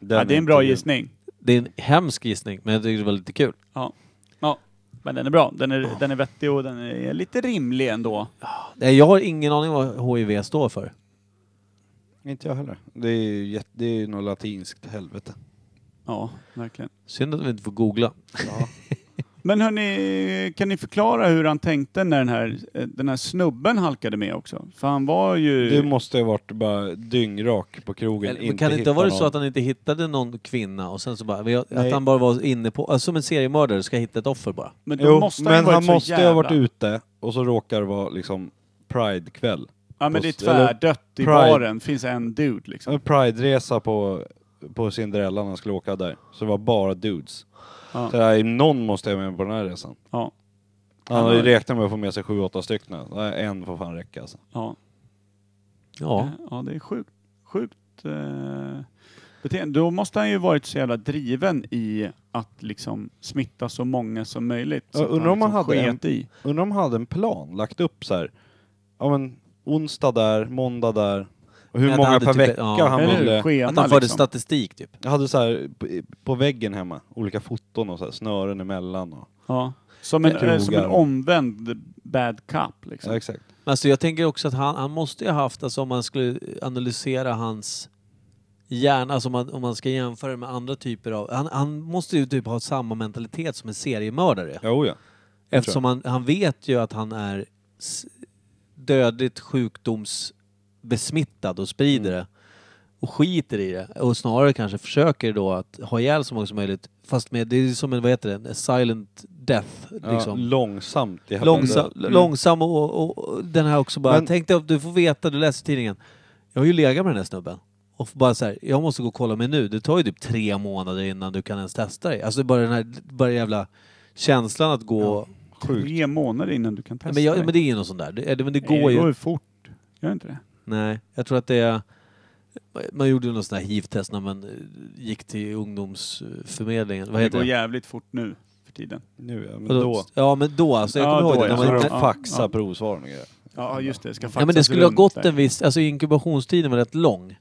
[SPEAKER 1] Den
[SPEAKER 3] Ja, det är en bra
[SPEAKER 1] intervjun.
[SPEAKER 3] gissning.
[SPEAKER 2] Det är en hemsk gissning, men jag tycker det var lite kul.
[SPEAKER 3] Ja. ja. Men den är bra. Den är, den är vettig och den är lite rimlig ändå.
[SPEAKER 2] Nej, jag har ingen aning vad HIV står för.
[SPEAKER 1] Inte jag heller. Det är ju jätte, det är ju något latinskt helvete.
[SPEAKER 3] Ja, verkligen.
[SPEAKER 2] Synd att vi inte får googla.
[SPEAKER 3] Men hörni, kan ni förklara hur han tänkte när den här, eh, den här snubben halkade med också? För han var ju...
[SPEAKER 1] Du måste ju ha varit bara dyngrak på krogen.
[SPEAKER 2] Eller, men kan det inte ha varit
[SPEAKER 1] hitta
[SPEAKER 2] så
[SPEAKER 1] någon.
[SPEAKER 2] att han inte hittade någon kvinna och sen så bara... men jag- Att
[SPEAKER 1] Nej.
[SPEAKER 2] han bara var inne på... alltså, Som en seriemördare ska jag hitta ett offer bara.
[SPEAKER 3] men då
[SPEAKER 1] Jo,
[SPEAKER 3] måste
[SPEAKER 1] men
[SPEAKER 3] varit
[SPEAKER 1] han
[SPEAKER 3] så
[SPEAKER 1] måste ju
[SPEAKER 3] jävla...
[SPEAKER 1] ha varit ute och så råkar det vara liksom Pride-kväll.
[SPEAKER 3] Ja men det är
[SPEAKER 1] på- eller-
[SPEAKER 3] tvärdött i
[SPEAKER 1] Pride.
[SPEAKER 3] baren, finns en dude liksom.
[SPEAKER 1] En Pride-resa på, på Cinderella när han skulle åka där. Så det var bara dudes.
[SPEAKER 3] Ja.
[SPEAKER 1] Så där, någon måste jag med på den här resan.
[SPEAKER 3] Ja.
[SPEAKER 1] Han har ju räknat med att få med sig sju, åtta stycken. Nej, En får fan räcka alltså.
[SPEAKER 3] Ja.
[SPEAKER 2] Ja.
[SPEAKER 3] ja, det är sjukt, sjukt eh, beteende. Då måste han ju varit så jävla driven i att liksom smitta så många som möjligt. Så
[SPEAKER 1] Ja,
[SPEAKER 3] att
[SPEAKER 1] undrar om han
[SPEAKER 3] liksom
[SPEAKER 1] hade
[SPEAKER 3] sket i.
[SPEAKER 1] Undrar om han hade en plan, lagt upp så här. Ja men onsdag där, måndag där. Och hur
[SPEAKER 2] Men att han
[SPEAKER 1] många
[SPEAKER 2] hade
[SPEAKER 1] per
[SPEAKER 2] typ-
[SPEAKER 1] vecka
[SPEAKER 2] ja.
[SPEAKER 1] han
[SPEAKER 3] Eller
[SPEAKER 1] ville.
[SPEAKER 3] hur? Schema,
[SPEAKER 2] Att han förde
[SPEAKER 3] liksom.
[SPEAKER 2] statistik typ.
[SPEAKER 1] Jag hade så här på, på väggen hemma, olika foton och så här, snören emellan. Och,
[SPEAKER 3] ja. som, en,
[SPEAKER 1] Krogar.
[SPEAKER 3] eh, som en omvänd bad cop liksom.
[SPEAKER 1] ja, exakt.
[SPEAKER 2] Men Alltså jag tänker också att han, han måste ju ha haft, alltså om man skulle analysera hans hjärna, alltså om man, om man ska jämföra det med andra typer av... Han, han måste ju typ ha samma mentalitet som en seriemördare.
[SPEAKER 1] Jo, ja.
[SPEAKER 2] Eftersom han, han vet ju att han är s- dödligt sjukdomsbesmittad och sprider det. Och skiter i det. Och snarare kanske försöker då att ha ihjäl så många som möjligt. Fast med, det är ju som en, vad heter det, en silent death.
[SPEAKER 1] ja.
[SPEAKER 2] Liksom.
[SPEAKER 1] Långsamt. jävla
[SPEAKER 2] Långsam,
[SPEAKER 1] död.
[SPEAKER 3] eh, mm.
[SPEAKER 2] långsam och, och, och den här också bara,
[SPEAKER 1] Men-
[SPEAKER 2] tänk dig att du får veta, du läser tidningen. Jag har ju legat med den här snubben. Och bara så här, jag måste gå och kolla mig nu. Det tar ju typ tre månader innan du kan ens testa dig. Alltså bara den här bara jävla känslan att gå
[SPEAKER 1] Sjukt.
[SPEAKER 3] Tre månader innan du kan testa
[SPEAKER 2] Nej, men, jag,
[SPEAKER 3] dig.
[SPEAKER 2] men det är ju något sånt där. Det, det, men det
[SPEAKER 3] Nej,
[SPEAKER 2] går ju...
[SPEAKER 3] fort. Gör det inte det?
[SPEAKER 2] Nej, jag tror att det är... Man gjorde ju något sånt här hiv-test när man eh, gick till ungdomsförmedlingen. Vad
[SPEAKER 3] Det
[SPEAKER 2] heter
[SPEAKER 3] går
[SPEAKER 2] det?
[SPEAKER 3] jävligt fort nu för tiden.
[SPEAKER 1] Nu ja, men
[SPEAKER 2] Vadå?
[SPEAKER 1] då.
[SPEAKER 2] Ja men då alltså, jag
[SPEAKER 3] Ja,
[SPEAKER 2] kommer
[SPEAKER 3] då,
[SPEAKER 2] ihåg det.
[SPEAKER 3] ja.
[SPEAKER 1] Så
[SPEAKER 2] När man,
[SPEAKER 1] de
[SPEAKER 3] ja.
[SPEAKER 1] faxar
[SPEAKER 3] Ja.
[SPEAKER 1] provsvar med grejer.
[SPEAKER 3] Ja just det, ska
[SPEAKER 2] ja, men det
[SPEAKER 3] faxas
[SPEAKER 2] skulle ha
[SPEAKER 3] runt
[SPEAKER 2] gått
[SPEAKER 3] där.
[SPEAKER 2] en viss, alltså inkubationstiden var rätt lång.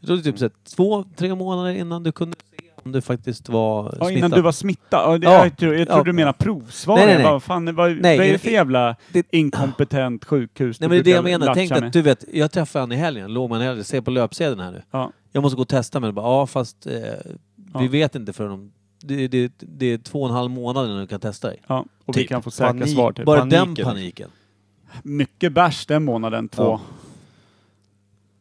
[SPEAKER 2] Jag trodde typ såhär, två, tre månader innan du kunde se om du faktiskt var
[SPEAKER 3] Ja, innan
[SPEAKER 2] smittad.
[SPEAKER 3] du var smittad? Ja, det,
[SPEAKER 2] Ja.
[SPEAKER 3] Jag tror, jag
[SPEAKER 2] Ja.
[SPEAKER 3] tror du menar provsvar.
[SPEAKER 2] Nej, nej,
[SPEAKER 3] Jag
[SPEAKER 2] nej.
[SPEAKER 3] bara, fan, vad,
[SPEAKER 2] Nej,
[SPEAKER 3] vad är
[SPEAKER 2] i-
[SPEAKER 3] det för jävla
[SPEAKER 2] det-
[SPEAKER 3] inkompetent sjukhus
[SPEAKER 2] Nej
[SPEAKER 3] du
[SPEAKER 2] men det är det jag
[SPEAKER 3] brukar
[SPEAKER 2] menar. Tänk
[SPEAKER 3] latcha
[SPEAKER 2] att
[SPEAKER 3] med?
[SPEAKER 2] du vet, jag träffade han i helgen, låg man i helgen, ser på löpsedeln här nu.
[SPEAKER 3] Ja.
[SPEAKER 2] Jag måste gå och testa mig. Bara, Ja fast eh, vi vet inte förrän om... Det, det, det är två och en halv månad innan du kan testa dig.
[SPEAKER 3] Ja, och vi
[SPEAKER 1] Typ.
[SPEAKER 3] kan få säkra
[SPEAKER 1] Panik.
[SPEAKER 3] svar typ.
[SPEAKER 2] Bara
[SPEAKER 1] paniken.
[SPEAKER 2] den paniken.
[SPEAKER 3] Mycket bärs den månaden, två.
[SPEAKER 1] Ja.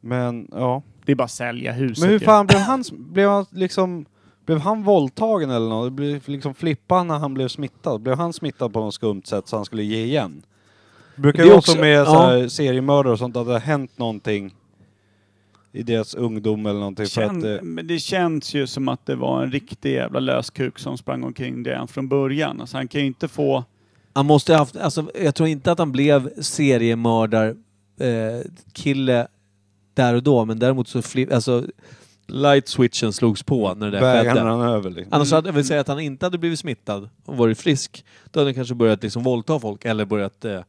[SPEAKER 1] Men ja.
[SPEAKER 3] Det är bara sälja huset.
[SPEAKER 1] Men hur
[SPEAKER 3] ju.
[SPEAKER 1] fan blev han, blev han liksom, blev han våldtagen eller något? Blev liksom flippan när han blev smittad? Blev han smittad på något skumt sätt så han skulle ge igen? Brukar
[SPEAKER 2] Det är
[SPEAKER 1] ju också
[SPEAKER 2] också-
[SPEAKER 1] med
[SPEAKER 2] ja.
[SPEAKER 1] så här seriemördare och sånt att det har hänt någonting i deras ungdom eller någonting för att
[SPEAKER 3] Kän,
[SPEAKER 1] eh,
[SPEAKER 3] men det känns ju som att det var en riktig jävla löskuk som sprang omkring redan från början. Alltså han kan ju inte få...
[SPEAKER 2] Han måste ha haft... Alltså, jag tror inte att han blev seriemördar eh, kille där och då, men däremot så... Flip, alltså, light switchen slogs på när det där
[SPEAKER 1] vägarna
[SPEAKER 2] skedde.
[SPEAKER 1] rann över liksom.
[SPEAKER 2] Annars hade jag vill säga att han inte hade blivit smittad och varit frisk. Då hade han kanske börjat liksom våldta folk eller börjat eh,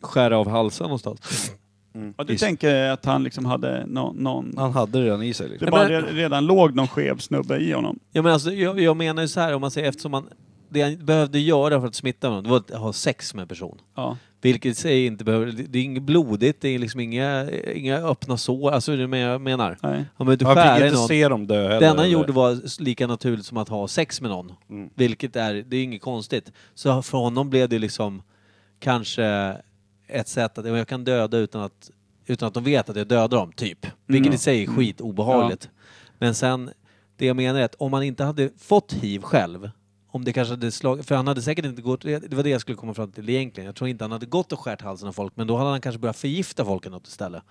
[SPEAKER 2] skära av halsen någonstans.
[SPEAKER 1] Mm.
[SPEAKER 3] Ja, du
[SPEAKER 2] Visst.
[SPEAKER 3] tänker att han liksom hade nå- någon...
[SPEAKER 1] Han hade det redan i sig liksom.
[SPEAKER 3] Det bara
[SPEAKER 2] men-
[SPEAKER 3] re- redan låg någon skev snubbe i honom.
[SPEAKER 2] Ja, men alltså, jag, jag menar ju så här, om man säger eftersom man... Det han behövde göra för att smitta någon, det var att ha sex med en person.
[SPEAKER 3] Ja.
[SPEAKER 2] Vilket i sig inte behöver... Det det är inget blodigt, det är liksom inga, inga öppna sår. Alltså, är det är med jag menar.
[SPEAKER 3] Nej.
[SPEAKER 2] Han behövde
[SPEAKER 1] Han
[SPEAKER 2] skära
[SPEAKER 1] fick
[SPEAKER 2] i
[SPEAKER 1] inte
[SPEAKER 2] någon.
[SPEAKER 1] se dem dö heller.
[SPEAKER 2] Det enda han
[SPEAKER 1] eller?
[SPEAKER 2] gjorde var s- lika naturligt som att ha sex med någon.
[SPEAKER 1] Mm.
[SPEAKER 2] Vilket är, det är inget konstigt. Så för honom blev det liksom kanske ett sätt att ja, men jag kan döda utan att, utan att de vet att jag dödar dem, typ.
[SPEAKER 1] Mm.
[SPEAKER 2] Vilket i sig är skit obehagligt. Men sen, det jag menar är att om han inte hade fått hiv själv, om det kanske hade slagit, för han hade säkert inte gått, det var det jag skulle komma fram till egentligen. Jag tror inte han hade gått och skärt halsen av folk, men då hade han kanske börjat förgifta folk eller något istället.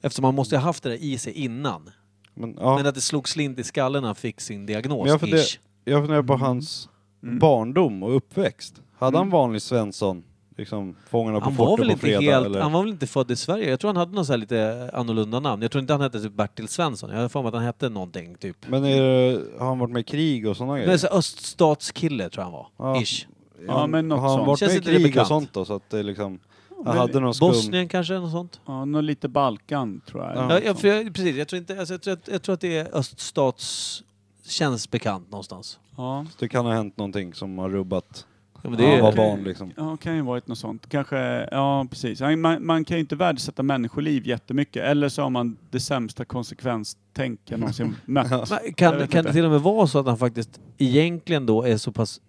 [SPEAKER 2] Eftersom han måste ha haft det där i sig innan.
[SPEAKER 1] Men, ja.
[SPEAKER 2] Men att det slog slint i skallen när han fick sin diagnos.
[SPEAKER 1] Men jag funderar-
[SPEAKER 2] ish.
[SPEAKER 1] Jag funderar på hans
[SPEAKER 3] Mm.
[SPEAKER 1] barndom och uppväxt. Hade han vanlig Svensson? Liksom Fångarna på
[SPEAKER 2] Mm. han, var
[SPEAKER 1] fortet
[SPEAKER 2] väl
[SPEAKER 1] på
[SPEAKER 2] inte
[SPEAKER 1] fredag?
[SPEAKER 2] helt,
[SPEAKER 1] eller?
[SPEAKER 2] han var väl inte född i Sverige? Jag tror han hade något så här lite annorlunda namn. Jag tror inte han hette typ Bertil Svensson. Jag har för mig att han hette någonting typ.
[SPEAKER 1] Men är det, har han varit med i krig och sådana
[SPEAKER 2] Men
[SPEAKER 1] grejer?
[SPEAKER 2] så här öststatskille tror jag han var.
[SPEAKER 1] Ja.
[SPEAKER 2] Ish.
[SPEAKER 3] Ja, men något
[SPEAKER 1] har han
[SPEAKER 3] sånt.
[SPEAKER 1] varit
[SPEAKER 2] Känns
[SPEAKER 1] med i
[SPEAKER 2] inte det
[SPEAKER 1] krig och
[SPEAKER 2] bekant?
[SPEAKER 1] sånt då? Så att det liksom, han
[SPEAKER 3] men-
[SPEAKER 1] hade någon skum...
[SPEAKER 2] Bosnien kanske, något sånt.
[SPEAKER 3] Ja, nog lite Balkan tror jag.
[SPEAKER 1] Ja.
[SPEAKER 2] Ja, jag, för jag, precis, jag tror, inte, alltså, jag, tror, att- jag tror att det är öststats... Känns bekant någonstans.
[SPEAKER 3] Ja.
[SPEAKER 1] Det kan ha hänt någonting som har rubbat
[SPEAKER 2] Ja, men det
[SPEAKER 1] när
[SPEAKER 2] är,
[SPEAKER 1] han var
[SPEAKER 3] okej.
[SPEAKER 1] barn liksom.
[SPEAKER 3] Ja, kan ju varit något sånt. Kanske, ja precis. Ja, Man, man kan ju inte värdesätta människoliv jättemycket. Eller så har man det sämsta konsekvenstänk jag någonsin mött.
[SPEAKER 1] Alltså,
[SPEAKER 2] Men
[SPEAKER 3] Jag
[SPEAKER 2] Kan,
[SPEAKER 3] vet
[SPEAKER 2] kan
[SPEAKER 3] inte.
[SPEAKER 2] det till och med vara så att han faktiskt egentligen då är så pass...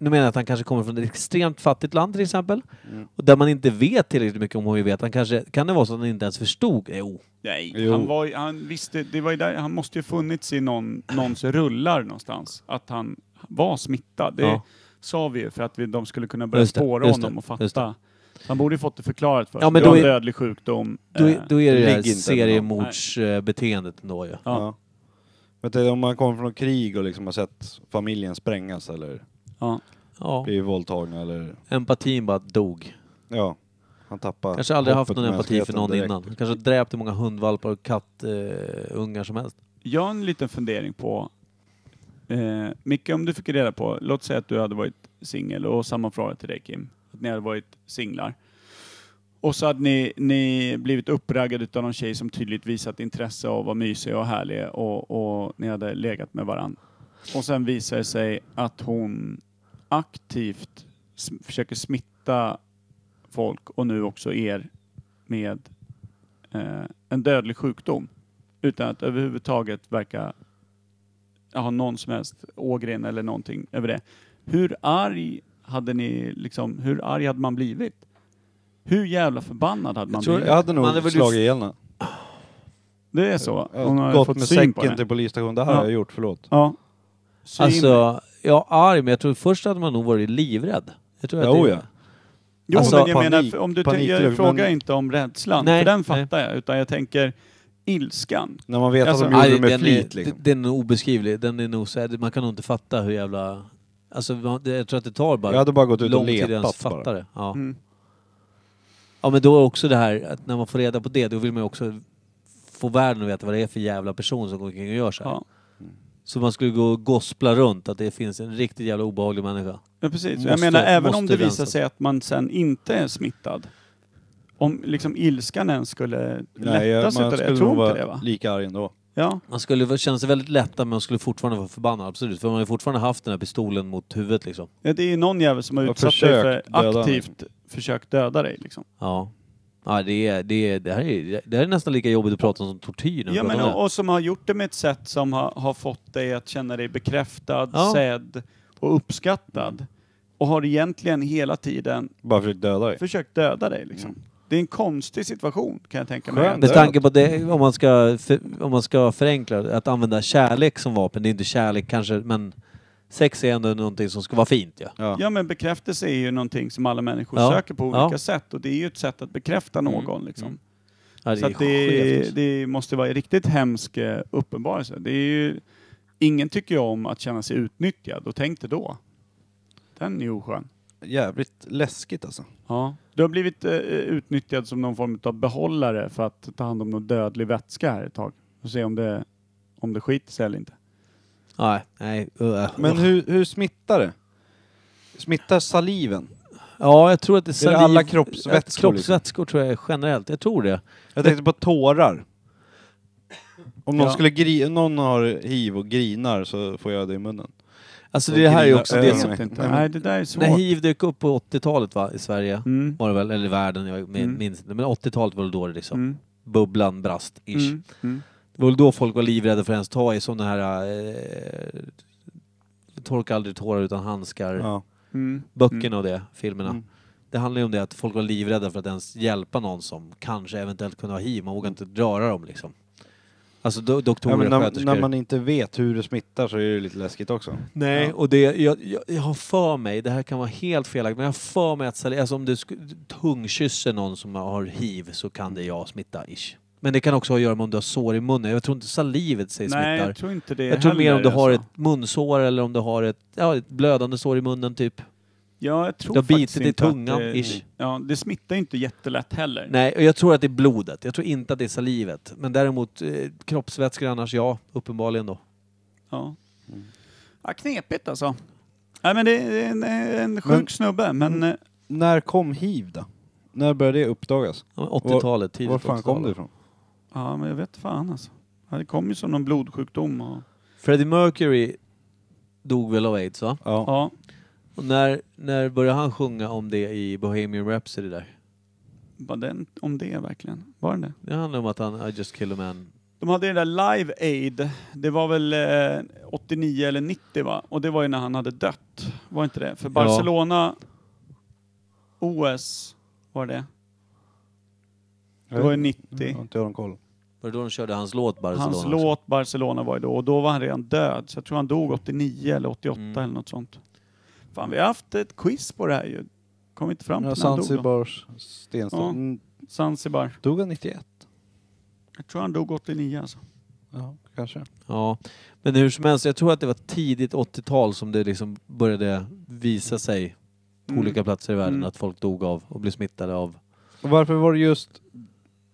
[SPEAKER 2] Nu menar jag att han kanske kommer från ett extremt fattigt land till exempel.
[SPEAKER 1] Mm.
[SPEAKER 2] Och där man inte vet tillräckligt mycket om hiv. Han kanske, kan det vara så att han inte ens förstod? Jo.
[SPEAKER 3] Nej,
[SPEAKER 1] Jo.
[SPEAKER 3] han, var, ju- han visste, det var ju där, han måste ju funnits i någon, någons rullar någonstans. Att han var smittad. Det
[SPEAKER 2] Ja.
[SPEAKER 3] sa vi ju för att vi, de skulle kunna börja
[SPEAKER 2] Just det,
[SPEAKER 3] spåra
[SPEAKER 2] just
[SPEAKER 3] honom
[SPEAKER 2] det,
[SPEAKER 3] och
[SPEAKER 2] just det.
[SPEAKER 3] fatta. Han borde ju fått det förklarat för sig.
[SPEAKER 2] Ja, men
[SPEAKER 3] det
[SPEAKER 2] då
[SPEAKER 3] var en
[SPEAKER 2] är-
[SPEAKER 3] dödlig sjukdom.
[SPEAKER 2] Då,
[SPEAKER 3] Eh,
[SPEAKER 2] är- då är det det
[SPEAKER 1] ligger
[SPEAKER 2] här
[SPEAKER 1] inte med
[SPEAKER 2] seriemordsbeteendet ändå ju.
[SPEAKER 1] Ja.
[SPEAKER 3] Ja.
[SPEAKER 1] Men det är om man kommer från något krig och liksom har sett familjen sprängas eller
[SPEAKER 3] ja.
[SPEAKER 2] Ja.
[SPEAKER 1] bli våldtagna eller...
[SPEAKER 2] Empatin bara dog.
[SPEAKER 1] Ja. Han tappar
[SPEAKER 2] Kanske aldrig haft
[SPEAKER 1] hoppet
[SPEAKER 2] någon
[SPEAKER 1] med
[SPEAKER 2] empati för
[SPEAKER 1] mänskligheten
[SPEAKER 2] någon
[SPEAKER 1] direkt.
[SPEAKER 2] innan. Kanske dräpt hur många hundvalpar och kattungar eh, ungar som helst.
[SPEAKER 3] Jag har en liten fundering på... Eh, Micke, om du fick reda på, låt säga att du hade varit singel och samma fråga till dig Kim. Att ni hade varit singlar. Och så hade ni, ni blivit uppraggade av någon tjej som tydligt visat intresse och var mysig och härlig och, och ni hade legat med varann. Och sen visar det sig att hon aktivt sm- försöker smitta folk och nu också er med eh, en dödlig sjukdom utan att överhuvudtaget verka ha någon som helst ågren eller någonting över det. Hur arg hade ni liksom, hur arg hade man blivit? Hur jävla förbannad hade man
[SPEAKER 2] tror-
[SPEAKER 3] blivit?
[SPEAKER 1] Jag hade nog
[SPEAKER 2] Man hade väl
[SPEAKER 1] slagit ihjäl henne.
[SPEAKER 3] Det är så?
[SPEAKER 1] Jag
[SPEAKER 3] Hon
[SPEAKER 1] har
[SPEAKER 3] har
[SPEAKER 1] Gått
[SPEAKER 3] fått
[SPEAKER 1] med
[SPEAKER 3] syn på
[SPEAKER 1] säcken
[SPEAKER 3] det?
[SPEAKER 1] till polisstationen. Det här
[SPEAKER 3] Ja.
[SPEAKER 1] har jag gjort, förlåt.
[SPEAKER 3] Ja. Syn.
[SPEAKER 2] Alltså, jag är arg men jag tror först hade man nog varit livrädd. Jag tror att
[SPEAKER 1] Jo,
[SPEAKER 2] det-
[SPEAKER 1] ja.
[SPEAKER 3] jo,
[SPEAKER 2] alltså,
[SPEAKER 3] men jag
[SPEAKER 1] panik-
[SPEAKER 3] menar, för om du tänker, jag
[SPEAKER 1] paniklugg,
[SPEAKER 3] frågar
[SPEAKER 1] men-
[SPEAKER 3] inte om rädslan,
[SPEAKER 2] Nej,
[SPEAKER 3] för den
[SPEAKER 2] nej.
[SPEAKER 3] fattar jag, utan jag tänker ilskan.
[SPEAKER 1] När man vet
[SPEAKER 3] Alltså,
[SPEAKER 1] att de gjorde
[SPEAKER 2] Nej,
[SPEAKER 1] det med
[SPEAKER 2] den
[SPEAKER 1] flit
[SPEAKER 2] är,
[SPEAKER 1] liksom.
[SPEAKER 2] Den är obeskrivlig. Den är nog så här, man kan nog inte fatta hur jävla... Alltså man- det- jag tror att det tar bara
[SPEAKER 1] Jag hade bara gått ut och
[SPEAKER 2] lång tid att ens
[SPEAKER 1] letat
[SPEAKER 2] fatta
[SPEAKER 1] bara.
[SPEAKER 2] det. Ja.
[SPEAKER 3] Mm.
[SPEAKER 2] ja men då är också det här att när man får reda på det då vill man ju också få världen att veta vad det är för jävla person som går omkring och gör så här.
[SPEAKER 3] Ja.
[SPEAKER 2] Så man skulle gå och gospla runt att det finns en riktigt jävla obehaglig människa.
[SPEAKER 3] Ja, precis.
[SPEAKER 2] Måste-
[SPEAKER 3] jag menar, även om
[SPEAKER 2] måste
[SPEAKER 3] det visar
[SPEAKER 2] rensas.
[SPEAKER 3] sig att man sen inte är smittad. Om liksom ilskan ens skulle lättas utav det. Jag tror inte det va?
[SPEAKER 1] lika arg ändå.
[SPEAKER 3] Ja.
[SPEAKER 2] Man skulle känna sig väldigt lättad men man skulle fortfarande vara förbannad, absolut. För man har ju fortfarande haft den här pistolen mot huvudet liksom.
[SPEAKER 3] Ja, Det är ju någon jävel som har
[SPEAKER 1] Jag
[SPEAKER 3] utsatt dig
[SPEAKER 1] försökt
[SPEAKER 3] för
[SPEAKER 1] döda mig.
[SPEAKER 3] aktivt försökt döda dig liksom.
[SPEAKER 2] Ja. Ja, det, är, det, är, det, här är, det här är nästan lika jobbigt att prata om som tortyr. när vi
[SPEAKER 3] Ja,
[SPEAKER 2] pratar
[SPEAKER 3] men,
[SPEAKER 2] om det.
[SPEAKER 3] och, och som har gjort det med ett sätt som har, har fått dig att känna dig bekräftad,
[SPEAKER 2] Ja.
[SPEAKER 3] sedd och uppskattad. Och har egentligen hela tiden
[SPEAKER 1] Bara försökt döda dig.
[SPEAKER 3] försökt döda dig liksom. Det är en konstig situation kan jag tänka mig.
[SPEAKER 1] Skönt.
[SPEAKER 2] Med
[SPEAKER 1] död.
[SPEAKER 2] tanke på det, om man, ska för, om man ska förenkla det, att använda kärlek som vapen, det är inte kärlek kanske, men sex är ändå någonting som ska vara fint ja.
[SPEAKER 1] Ja.
[SPEAKER 3] Ja men bekräftelse är ju någonting som alla människor
[SPEAKER 2] Ja.
[SPEAKER 3] söker på olika
[SPEAKER 2] Ja.
[SPEAKER 3] sätt och det är ju ett sätt att bekräfta någon liksom.
[SPEAKER 2] ja det
[SPEAKER 3] Så
[SPEAKER 2] är
[SPEAKER 3] att det,
[SPEAKER 2] skevt.
[SPEAKER 3] det måste vara en riktigt hemsk eh, uppenbarelse. Det är ju, ingen tycker ju om att känna sig utnyttjad och tänk dig då. Den är oskön.
[SPEAKER 1] Jävligt läskigt alltså.
[SPEAKER 3] Ja. Du har blivit eh, utnyttjad som någon form av behållare för att ta hand om någon dödlig vätska här ett tag och se om det, om det skiter sig eller inte.
[SPEAKER 2] Nej, nej. uh,
[SPEAKER 1] Men
[SPEAKER 2] uh.
[SPEAKER 1] hur, hur smittar det? Smittar saliven?
[SPEAKER 2] Ja, jag tror att det är
[SPEAKER 1] Är det
[SPEAKER 2] saliv-
[SPEAKER 1] alla kroppsvätskor,
[SPEAKER 2] att
[SPEAKER 1] liksom?
[SPEAKER 2] Kroppsvätskor tror jag generellt, jag tror det.
[SPEAKER 1] Jag tänkte på tårar. Om någon,
[SPEAKER 3] Ja.
[SPEAKER 1] skulle gri- någon har hiv och grinar så får jag det i munnen.
[SPEAKER 2] Alltså
[SPEAKER 1] Och
[SPEAKER 2] det här är ju
[SPEAKER 1] grina
[SPEAKER 2] också
[SPEAKER 1] ögon.
[SPEAKER 2] det
[SPEAKER 3] Jag
[SPEAKER 2] som...
[SPEAKER 3] vet inte. Nej, det där är svårt.
[SPEAKER 2] När hiv dök upp på 80-talet va, i Sverige,
[SPEAKER 3] Mm.
[SPEAKER 2] var det väl, eller i världen, jag min-
[SPEAKER 3] Mm.
[SPEAKER 2] minns inte. Men 80-talet var det då det liksom,
[SPEAKER 3] Mm.
[SPEAKER 2] bubblan brast, ish.
[SPEAKER 3] Mm. Mm.
[SPEAKER 2] Det var väl då folk var livrädda för att ens ta i, som den här... Eh, Torka aldrig tårar utan handskar.
[SPEAKER 1] Ja.
[SPEAKER 3] Mm.
[SPEAKER 2] Böckerna och det, filmerna.
[SPEAKER 1] Mm.
[SPEAKER 2] Det handlar ju om det att folk var livrädda för att ens hjälpa någon som kanske eventuellt kunde ha hiv. Man vågade inte röra dem liksom. Alltså do- doktorer,
[SPEAKER 1] Ja, men när,
[SPEAKER 2] sköterskor.
[SPEAKER 1] när man inte vet hur det smittar så är det lite läskigt också.
[SPEAKER 2] Nej,
[SPEAKER 3] Ja.
[SPEAKER 2] och det, jag, jag, jag har för mig, det här kan vara helt felaktigt, men jag har för mig att sali- alltså om du sk- tungkysser någon som har hiv så kan det jag smitta, ish. Men det kan också ha att göra med om du har sår i munnen. Jag tror inte salivet sig smittar.
[SPEAKER 3] Nej, jag tror inte det
[SPEAKER 2] Jag tror mer om
[SPEAKER 3] heller,
[SPEAKER 2] du har
[SPEAKER 3] alltså.
[SPEAKER 2] ett munsår eller om du har ett, ja, ett blödande sår i munnen typ.
[SPEAKER 3] Ja, jag tror
[SPEAKER 2] Du har
[SPEAKER 3] faktiskt
[SPEAKER 2] bitit i
[SPEAKER 3] inte att
[SPEAKER 2] tungan,
[SPEAKER 3] det,
[SPEAKER 2] ish.
[SPEAKER 3] Ja, det smittar ju inte jättelätt heller.
[SPEAKER 2] Nej, och jag tror att det är blodet. Jag tror inte att det är salivet. Men däremot eh, kroppsvätskor annars, ja. Uppenbarligen då.
[SPEAKER 3] Ja.
[SPEAKER 2] Mm.
[SPEAKER 3] ja, knepigt alltså. Nej, men det är en, en sjuk
[SPEAKER 1] Men-
[SPEAKER 3] snubbe, men
[SPEAKER 2] Mm.
[SPEAKER 3] eh,
[SPEAKER 1] När kom hiv då? När började det uppdagas?
[SPEAKER 2] Ja, men 80-talet, tidigt
[SPEAKER 1] Var fan kom
[SPEAKER 2] 80-talet.
[SPEAKER 1] det ifrån?
[SPEAKER 3] ja, men jag vet fan alltså. Ja, Det kom ju som någon blodsjukdom och...
[SPEAKER 2] Freddie Mercury dog väl av aids va?
[SPEAKER 1] Ja.
[SPEAKER 3] Ja,
[SPEAKER 2] Och när, när började han sjunga om det i Bohemian Rhapsody där?
[SPEAKER 3] vad den, om det verkligen. Var det det?
[SPEAKER 2] Det handlar om att han, I just killed a man.
[SPEAKER 3] De hade ju det där Live Aid, det var väl eh, 89 eller 90 va? Och det var ju när han hade dött, var inte det? För Barcelona, OS, var det? Det var ju 90.
[SPEAKER 1] Jag har inte jag någon koll.
[SPEAKER 2] Var det då de körde hans låt Barcelona?
[SPEAKER 3] Hans låt Barcelona var ju då och då var han redan död. Så jag tror han dog 89 eller 88
[SPEAKER 2] Mm.
[SPEAKER 3] eller något sånt. Fan, vi har haft ett quiz på det här ju. Kom inte fram till
[SPEAKER 1] Ja,
[SPEAKER 3] när han dog då.
[SPEAKER 1] Zanzibars stenstad.
[SPEAKER 3] Ja.
[SPEAKER 1] Mm,
[SPEAKER 3] Zanzibar.
[SPEAKER 1] Dog han 91?
[SPEAKER 3] Jag tror han dog 89 alltså.
[SPEAKER 1] Ja, kanske.
[SPEAKER 2] Ja, men hur som helst, jag tror att det var tidigt 80-tal som det liksom började visa sig på
[SPEAKER 3] Mm.
[SPEAKER 2] olika platser i världen
[SPEAKER 3] Mm.
[SPEAKER 2] att folk dog av och blev smittade av.
[SPEAKER 1] Och varför var det just...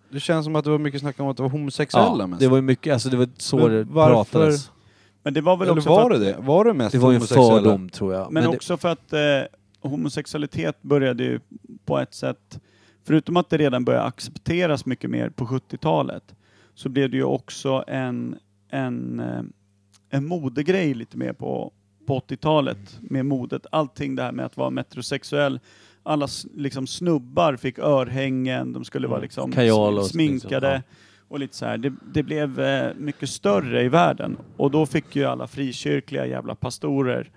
[SPEAKER 1] Det känns som att det var mycket snack om att det var homosexuella mest.
[SPEAKER 2] det var ju mycket, alltså det var så
[SPEAKER 1] Men
[SPEAKER 2] det
[SPEAKER 1] varför-
[SPEAKER 2] pratades.
[SPEAKER 3] Men det var väl
[SPEAKER 1] Eller
[SPEAKER 3] också
[SPEAKER 1] var
[SPEAKER 3] för
[SPEAKER 1] det
[SPEAKER 3] att,
[SPEAKER 1] det? Var det mest
[SPEAKER 2] Det var ju en
[SPEAKER 1] homosexuella?
[SPEAKER 2] fördom tror jag.
[SPEAKER 3] Men,
[SPEAKER 2] Men det,
[SPEAKER 3] också för att eh, homosexualitet började ju på ett sätt, förutom att det redan började accepteras mycket mer på 70-talet, så blev det ju också en, en, eh, en modegrej lite mer på, på 80-talet med modet. Allting det här med att vara metrosexuell. Alla s- liksom, snubbar fick örhängen, de skulle vara
[SPEAKER 2] Mm.
[SPEAKER 3] liksom
[SPEAKER 2] Kajal och
[SPEAKER 3] s- sminkade.
[SPEAKER 2] liksom,
[SPEAKER 3] Och lite så här. Det, det blev eh, mycket större i världen och då fick ju alla frikyrkliga jävla pastorer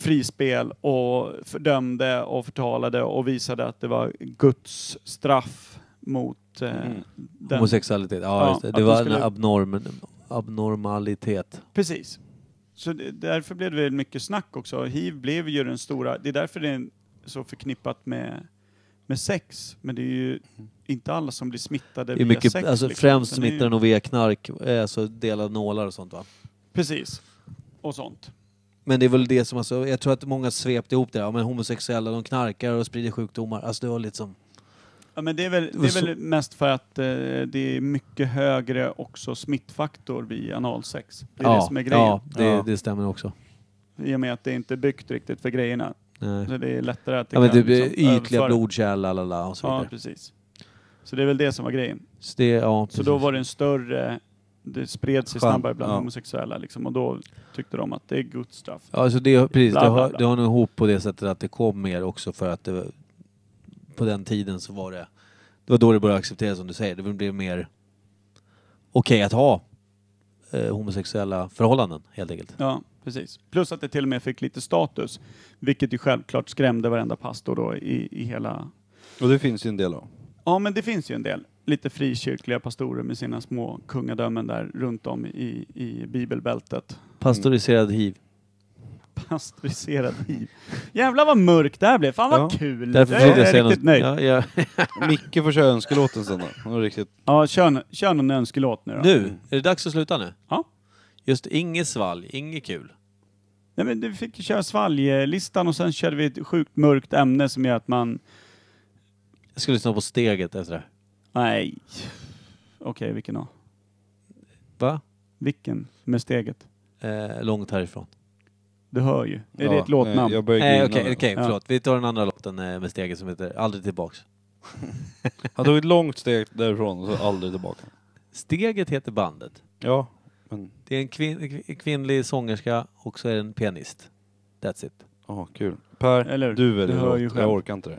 [SPEAKER 3] frispel och fördömde och förtalade och visade att det var Guds straff mot eh,
[SPEAKER 1] Mm.
[SPEAKER 3] den.
[SPEAKER 2] homosexualitet, ja,
[SPEAKER 3] Ja,
[SPEAKER 2] just det.
[SPEAKER 3] att
[SPEAKER 2] det
[SPEAKER 3] de
[SPEAKER 2] var en
[SPEAKER 3] skulle-
[SPEAKER 2] abnorm, abnormalitet.
[SPEAKER 3] Precis. Så det, därför blev det väl mycket snack också. Hiv blev ju den stora, det är därför det är så förknippat med, med sex. Men det är ju inte alla som blir smittade
[SPEAKER 2] Det är
[SPEAKER 3] via
[SPEAKER 2] mycket,
[SPEAKER 3] sex.
[SPEAKER 2] alltså,
[SPEAKER 3] liksom.
[SPEAKER 2] främst
[SPEAKER 3] Utan det är ju-
[SPEAKER 2] smittar den nog via knark, eh, alltså delade nålar och sånt va?
[SPEAKER 3] Precis. Och sånt.
[SPEAKER 2] Men det är väl det som, alltså, jag tror att många svepte ihop det där. Ja, men homosexuella, de knarkar och sprider sjukdomar. Alltså det var liksom...
[SPEAKER 3] Ja, men det är väl, det är väl mest för att eh, det är mycket högre också smittfaktor vid analsex. Det är
[SPEAKER 2] ja,
[SPEAKER 3] det som är grejen.
[SPEAKER 2] Ja, det,
[SPEAKER 1] Ja.
[SPEAKER 2] det stämmer också.
[SPEAKER 3] I och med att det inte är byggt riktigt för grejerna.
[SPEAKER 2] Nej.
[SPEAKER 3] Så det är lättare att det
[SPEAKER 2] Ja, men
[SPEAKER 3] kan
[SPEAKER 2] typ
[SPEAKER 3] liksom
[SPEAKER 2] ytliga
[SPEAKER 3] överföra-
[SPEAKER 2] blodkärl, la, la, la och så
[SPEAKER 3] Ja,
[SPEAKER 2] vidare.
[SPEAKER 3] precis. Så det är väl det som var grejen.
[SPEAKER 2] Så det, ja,
[SPEAKER 3] Så då var det en större, det spred sig
[SPEAKER 1] Skön,
[SPEAKER 3] snabbare bland
[SPEAKER 1] ja.
[SPEAKER 3] homosexuella liksom, och då tyckte de att det är good stuff.
[SPEAKER 2] Ja, så det, precis,
[SPEAKER 3] Bla, bla,
[SPEAKER 2] Det, har,
[SPEAKER 3] bla.
[SPEAKER 2] det har nog ihop på det sättet att det kom mer också för att det, på den tiden så var det, det var då det började accepteras som du säger. Det blev mer okej att ha eh, homosexuella förhållanden helt enkelt.
[SPEAKER 3] Ja, precis. Plus att det till och med fick lite status, vilket ju självklart skrämde varenda pastor då i, i hela...
[SPEAKER 1] Och det finns ju en del av.
[SPEAKER 3] Ja, men det finns ju en del lite frikyrkliga pastorer med sina små kungadömen där runt om i, i bibelbältet.
[SPEAKER 2] Pastoriserad hiv.
[SPEAKER 3] Pastoriserad hiv. Jävlar vad mörkt det här blev. Fan vad
[SPEAKER 1] Ja.
[SPEAKER 3] kul.
[SPEAKER 2] Därför
[SPEAKER 3] jag
[SPEAKER 2] försökte
[SPEAKER 3] är
[SPEAKER 2] jag säga
[SPEAKER 3] riktigt
[SPEAKER 2] något.
[SPEAKER 3] nöjd. Ja,
[SPEAKER 2] Ja, ja.
[SPEAKER 1] Micke får köra önskelåten sen då. Hon är riktigt...
[SPEAKER 3] kör, n- kör någon önskelåt nu då.
[SPEAKER 2] Nu, är det dags att sluta nu?
[SPEAKER 3] Ja.
[SPEAKER 2] Just inget svalg, inget kul.
[SPEAKER 3] Nej, men du fick köra svalglistan och sen körde vi ett sjukt mörkt ämne som gör att man...
[SPEAKER 2] Jag ska lyssna på steget efter det här.
[SPEAKER 3] Nej. Okej, vilken då?
[SPEAKER 2] Va?
[SPEAKER 3] Vilken? Med steget?
[SPEAKER 2] Eh, långt härifrån.
[SPEAKER 3] Du hör ju. Är
[SPEAKER 1] Ja,
[SPEAKER 3] det ett låtnamn?
[SPEAKER 1] nej, Jag börjar
[SPEAKER 2] Nej,
[SPEAKER 1] grina
[SPEAKER 2] Eh, Okej,
[SPEAKER 1] nu.
[SPEAKER 2] okej,
[SPEAKER 3] Ja.
[SPEAKER 2] förlåt. Vi tar den andra låten eh, med steget som heter Aldrig tillbaks.
[SPEAKER 1] Han tog ett långt steg därifrån och så aldrig tillbaka.
[SPEAKER 2] Steget heter bandet.
[SPEAKER 1] Ja, men...
[SPEAKER 2] Det är en kvin- kvin- kvinnlig sångerska och så är det en pianist. That's it.
[SPEAKER 1] Ja, kul. Per,
[SPEAKER 3] Eller hur?
[SPEAKER 1] du väljer
[SPEAKER 3] Du hör
[SPEAKER 1] låt.
[SPEAKER 3] ju
[SPEAKER 1] Jag
[SPEAKER 3] själv.
[SPEAKER 1] orkar inte det.